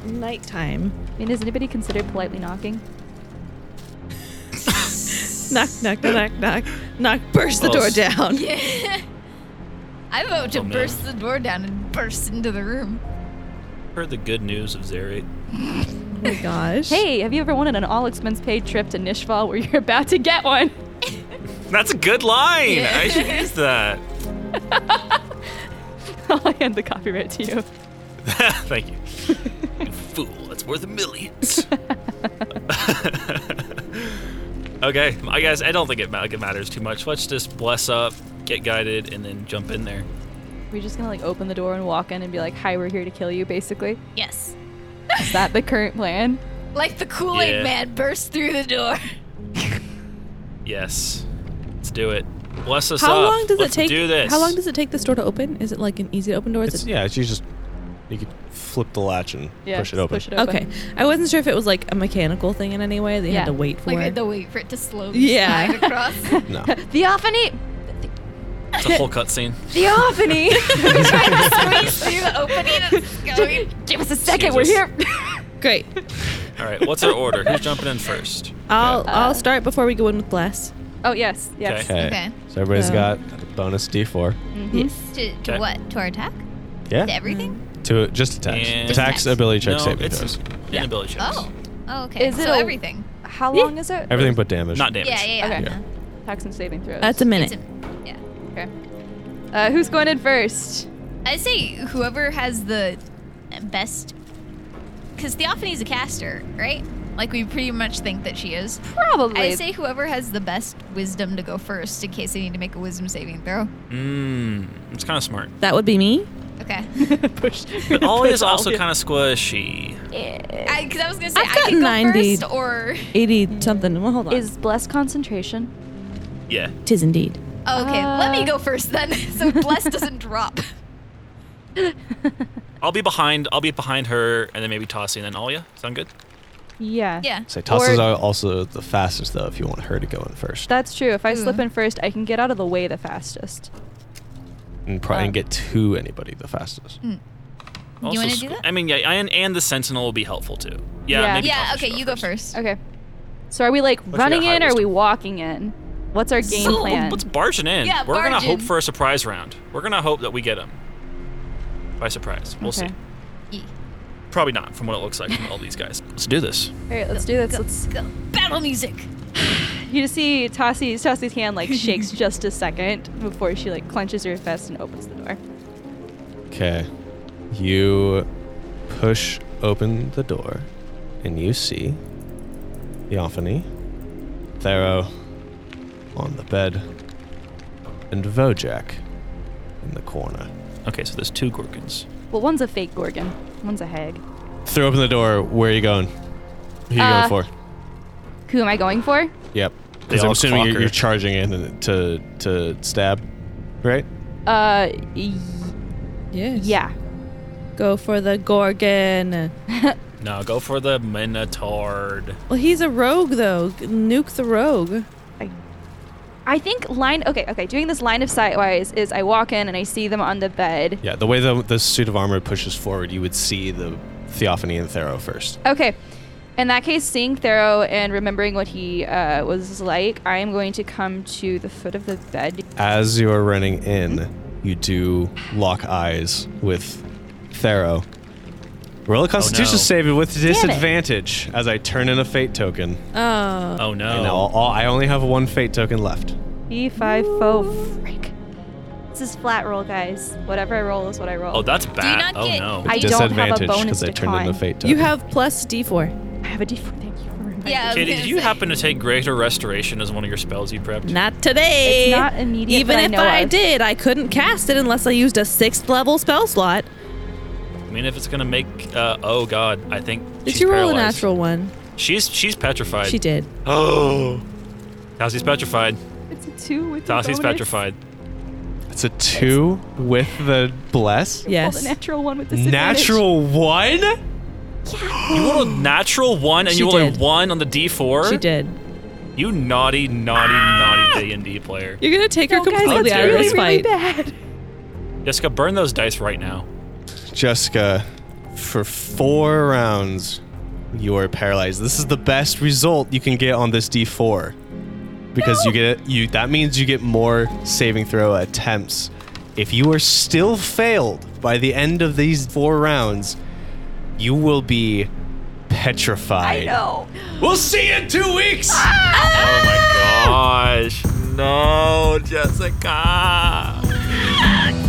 Speaker 7: nighttime.
Speaker 4: I mean, is anybody considered politely knocking?
Speaker 7: Knock, knock, knock, knock, knock. Burst the door
Speaker 5: Close.
Speaker 4: [laughs]
Speaker 7: down.
Speaker 6: I vote to
Speaker 5: Oh, man.
Speaker 6: burst the door down and burst into the room.
Speaker 5: Heard the good news of Zerate.
Speaker 7: Oh my gosh.
Speaker 4: Hey, have you ever wanted an all expense paid trip to Nishval where you're about to get one? [laughs]
Speaker 5: That's a good line. I should use that.
Speaker 4: I'll hand the copyright to you.
Speaker 5: [laughs] Thank you. You [laughs] fool, that's worth millions. [laughs] okay, I guess I don't think it, ma- it matters too much. Let's just bless up, get guided, and then jump in there.
Speaker 4: We're just gonna like open the door and walk in and be like, "Hi, we're here to kill you." Basically,
Speaker 6: Yes.
Speaker 4: is that the current plan?
Speaker 6: Like the Kool Aid
Speaker 5: Yeah.
Speaker 6: man burst through the door.
Speaker 5: Yes, let's do it. Bless us
Speaker 7: How
Speaker 5: up.
Speaker 7: long does
Speaker 5: Let's
Speaker 7: it take?
Speaker 5: Do this.
Speaker 7: How long does it take this door to open? Is it like an easy to open door? Is
Speaker 3: It's,
Speaker 7: it,
Speaker 3: yeah, it's just you could flip the latch and
Speaker 4: Yeah,
Speaker 3: push it
Speaker 4: just
Speaker 3: open.
Speaker 4: Push it open.
Speaker 7: okay. I wasn't sure if it was like a mechanical thing in any way that you
Speaker 4: Yeah.
Speaker 7: had to wait
Speaker 6: [laughs]
Speaker 7: for.
Speaker 6: Like we had to wait for it to slowly
Speaker 7: Yeah.
Speaker 6: slide [laughs] across.
Speaker 3: No,
Speaker 4: [laughs]
Speaker 11: Theophany!
Speaker 5: It's
Speaker 7: [laughs]
Speaker 5: a whole cutscene.
Speaker 4: [laughs]
Speaker 11: Theophany!
Speaker 6: See the opening and [laughs] it's going.
Speaker 11: Give us a second, we're
Speaker 5: Jesus.
Speaker 11: here!
Speaker 7: Great.
Speaker 5: All right, what's our order? Who's jumping in first?
Speaker 7: I'll I'll start before we go in with bless.
Speaker 4: [laughs] Oh yes, yes. Mm-hmm.
Speaker 5: Okay.
Speaker 3: okay.
Speaker 6: Okay.
Speaker 3: So everybody's
Speaker 7: So-
Speaker 3: got a bonus D4.
Speaker 7: Yes.
Speaker 6: To, to
Speaker 5: Okay.
Speaker 6: what? To our attack? To
Speaker 3: Yeah,
Speaker 6: everything?
Speaker 3: to just attacks,
Speaker 5: And-
Speaker 3: attacks, ability
Speaker 5: No,
Speaker 3: checks, saving
Speaker 5: it's
Speaker 3: throws,
Speaker 5: an ability checks.
Speaker 6: Oh. Oh, okay.
Speaker 4: Is it
Speaker 6: so
Speaker 4: a-
Speaker 6: everything.
Speaker 4: How long is it?
Speaker 3: everything but damage.
Speaker 5: Not damage.
Speaker 6: Yeah, yeah, yeah.
Speaker 4: Okay.
Speaker 3: Yeah.
Speaker 4: Attacks and saving throws.
Speaker 7: That's a
Speaker 6: It's
Speaker 7: minute.
Speaker 6: a, yeah.
Speaker 4: uh, who's going in first?
Speaker 6: I say whoever has the best. Because Theophanie's a caster, right? Like we pretty much think that she is.
Speaker 4: Probably.
Speaker 6: I say whoever has the best wisdom to go first in case they need to make a wisdom saving throw.
Speaker 5: Mmm, it's kind of
Speaker 7: [laughs]
Speaker 5: smart.
Speaker 7: That would be me.
Speaker 6: Okay.
Speaker 4: push.
Speaker 5: But Ollie is also kind of squishy.
Speaker 6: Because I, was going to say,
Speaker 7: I've
Speaker 6: I
Speaker 7: got
Speaker 6: can go
Speaker 7: 90.
Speaker 6: first or.
Speaker 7: Eighty
Speaker 4: Mm.
Speaker 7: something. Well, hold on.
Speaker 11: Is blessed concentration?
Speaker 5: Yeah.
Speaker 7: Tis indeed.
Speaker 6: Oh, okay, let
Speaker 4: Uh.
Speaker 6: me go first then. [laughs] so Bless doesn't drop.
Speaker 5: I'll be behind. I'll be behind her, and then maybe Tossie, and then Alia. Sound good?
Speaker 4: Yeah.
Speaker 6: Yeah.
Speaker 3: So Tassa's
Speaker 4: Or-
Speaker 3: are also the fastest though. If you want her to go in first
Speaker 4: That's true. If I slip
Speaker 6: Mhm.
Speaker 4: in first, I can get out of the way the fastest.
Speaker 3: and, pro-
Speaker 4: uh,
Speaker 3: and get to anybody the fastest.
Speaker 5: Also
Speaker 6: wanna
Speaker 5: squ-
Speaker 6: do that?
Speaker 5: I mean, yeah, and, and the Sentinel will be helpful too. Yeah,
Speaker 4: Yeah.
Speaker 5: maybe
Speaker 6: Yeah,
Speaker 5: Tasha
Speaker 6: okay,
Speaker 5: should
Speaker 6: you go first.
Speaker 4: Okay. So are we like
Speaker 5: got
Speaker 4: running
Speaker 5: high
Speaker 4: in or are
Speaker 5: wisdom.
Speaker 4: we walking in? What's our game
Speaker 6: So-
Speaker 4: plan?
Speaker 5: Let's barge it in.
Speaker 6: Yeah,
Speaker 5: We're gonna
Speaker 6: barge
Speaker 5: hope
Speaker 6: in.
Speaker 5: for a surprise round. We're gonna hope that we get him by surprise. We'll
Speaker 4: Okay.
Speaker 5: see.
Speaker 6: Ye-
Speaker 5: Probably not, from what it looks like from all these guys. Let's do this.
Speaker 4: All right, let's do this.
Speaker 6: Go,
Speaker 4: Let's,
Speaker 6: go. Battle music.
Speaker 4: you just see Tossie's Tossie's hand like [laughs] shakes just a second before she like clenches her fist and opens the door.
Speaker 3: Okay. You push open the door and you see Theophany, Thero on the bed, and Vojak in the corner.
Speaker 5: Okay, so there's two Gorgons.
Speaker 4: Well, one's a fake gorgon, one's a hag.
Speaker 3: Throw open the door. Where are you going? Who are you
Speaker 4: Uh,
Speaker 3: going for?
Speaker 4: Who am I going for?
Speaker 3: Yep.
Speaker 5: They
Speaker 3: Because I'm
Speaker 5: all
Speaker 3: assuming
Speaker 5: clock
Speaker 3: you're,
Speaker 5: her.
Speaker 3: you're charging in to to stab, right?
Speaker 4: Uh, y-
Speaker 7: Yes.
Speaker 4: yeah.
Speaker 7: Go for the gorgon.
Speaker 5: No, go for the Minotaur.
Speaker 7: Well, he's a rogue though. Nuke the rogue.
Speaker 4: I think line. Okay, okay. Doing this line of sight wise is I walk in and I see them on the bed.
Speaker 3: Yeah. The way the the suit of armor pushes forward, you would see the Theophany and Thero first.
Speaker 4: Okay. In that case, seeing Thero and remembering what he uh, was like, I am going to come to the foot of the bed.
Speaker 3: as you're running in, you do lock eyes with Thero. Roll a constitution
Speaker 5: no.
Speaker 3: save with disadvantage as I turn in a fate token.
Speaker 6: Uh,
Speaker 7: Oh.
Speaker 5: Oh no.
Speaker 3: And all, all- I only have one fate token left.
Speaker 4: E E5 foe. Frick. This is flat roll, guys. Whatever I roll is what I roll.
Speaker 5: Oh, that's bad.
Speaker 6: not
Speaker 5: Oh
Speaker 6: get-
Speaker 5: no.
Speaker 4: I- don't have a
Speaker 3: disadvantage
Speaker 4: bonus
Speaker 3: I
Speaker 4: to
Speaker 3: turned in a
Speaker 4: con.
Speaker 3: fate token.
Speaker 7: You have plus D4.
Speaker 4: I have a d4. Thank you for reminding
Speaker 6: Yeah. I was
Speaker 5: Katie,
Speaker 6: gonna
Speaker 5: did you
Speaker 6: say.
Speaker 5: happen to take Greater Restoration as one of your spells you prepped?
Speaker 7: Not today.
Speaker 4: It's not immediate,
Speaker 7: Eh, Even
Speaker 4: but I
Speaker 7: if
Speaker 4: know
Speaker 7: I
Speaker 4: of.
Speaker 7: did, I couldn't cast it unless I used a sixth level spell slot.
Speaker 5: I mean, if it's gonna make. Uh, oh god, I think.
Speaker 7: Did
Speaker 5: she's
Speaker 7: you roll a
Speaker 5: paralyzed.
Speaker 7: natural one?
Speaker 5: She's she's petrified. [gasps]
Speaker 7: She did.
Speaker 5: Oh. Tossie's petrified.
Speaker 4: me. It's a two with a bonus.
Speaker 5: Tossie's petrified.
Speaker 3: it's a two with the bless.
Speaker 4: Roll
Speaker 7: Yes.
Speaker 4: the natural one with disadvantage.
Speaker 3: Natural one?
Speaker 5: You rolled a natural one and
Speaker 7: She
Speaker 5: you rolled
Speaker 7: did.
Speaker 5: a one on the D4?
Speaker 7: She did. Ah!
Speaker 5: You naughty, naughty, naughty D&D player.
Speaker 7: You're gonna take
Speaker 4: No,
Speaker 7: her
Speaker 4: guys,
Speaker 7: completely
Speaker 5: that's
Speaker 7: out of
Speaker 5: really,
Speaker 7: this
Speaker 4: Really
Speaker 7: fight.
Speaker 4: bad.
Speaker 5: Jessica, burn those dice right now.
Speaker 3: Jessica For four rounds, you are paralyzed. This is the best result you can get on this D4. Because you get you that means you get more saving throw attempts. If you are still failed by the end of these four rounds, you will be petrified. I know. We'll see you in two weeks.
Speaker 5: Oh my gosh. No, Jessica.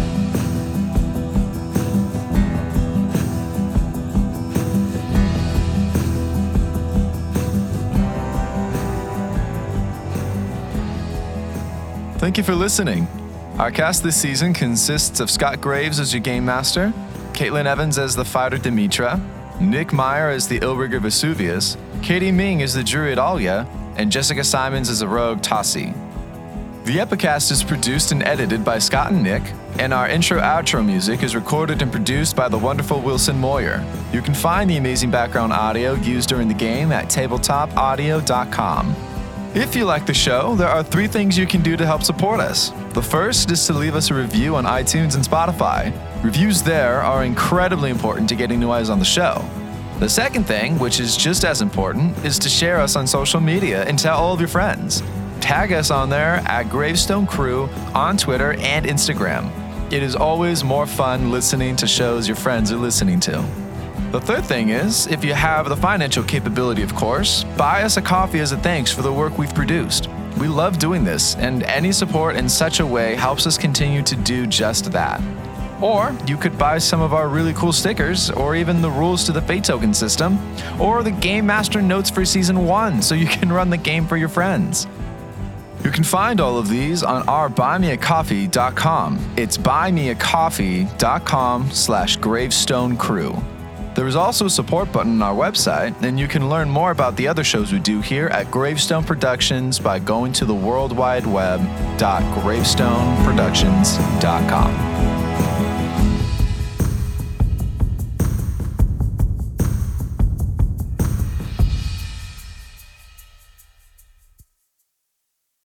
Speaker 2: Thank you for listening. Our cast this season consists of Scott Graves as your game master, Caitlin Evans as the fighter Demetra, Nick Meyer as the Illrigger Vesuvius, Katie Ming as the druid Alia, and Jessica Simons as the rogue Tassi. The Epicast is produced and edited by Scott and Nick, and our intro outro music is recorded and produced by the wonderful Wilson Moyer. You can find the amazing background audio used during the game at tabletopaudio.com. If you like the show, there are three things you can do to help support us. The first is to leave us a review on iTunes and Spotify. Reviews there are incredibly important to getting new eyes on the show. The second thing, which is just as important, is to share us on social media and tell all of your friends. Tag us on there at Gravestone Crew on Twitter and Instagram. It is always more fun listening to shows your friends are listening to. The third thing is, if you have the financial capability, of course, buy us a coffee as a thanks for the work we've produced. We love doing this, and any support in such a way helps us continue to do just that. Or you could buy some of our really cool stickers, or even the rules to the Fate Token system, or the Game Master notes for Season 1 so you can run the game for your friends. You can find all of these on our buymeacoffee.com. It's buymeacoffee.com slash gravestone crew. There is also a support button on our website, and you can learn more about the other shows we do here at Gravestone Productions by going to the worldwideweb.gravestoneproductions.com.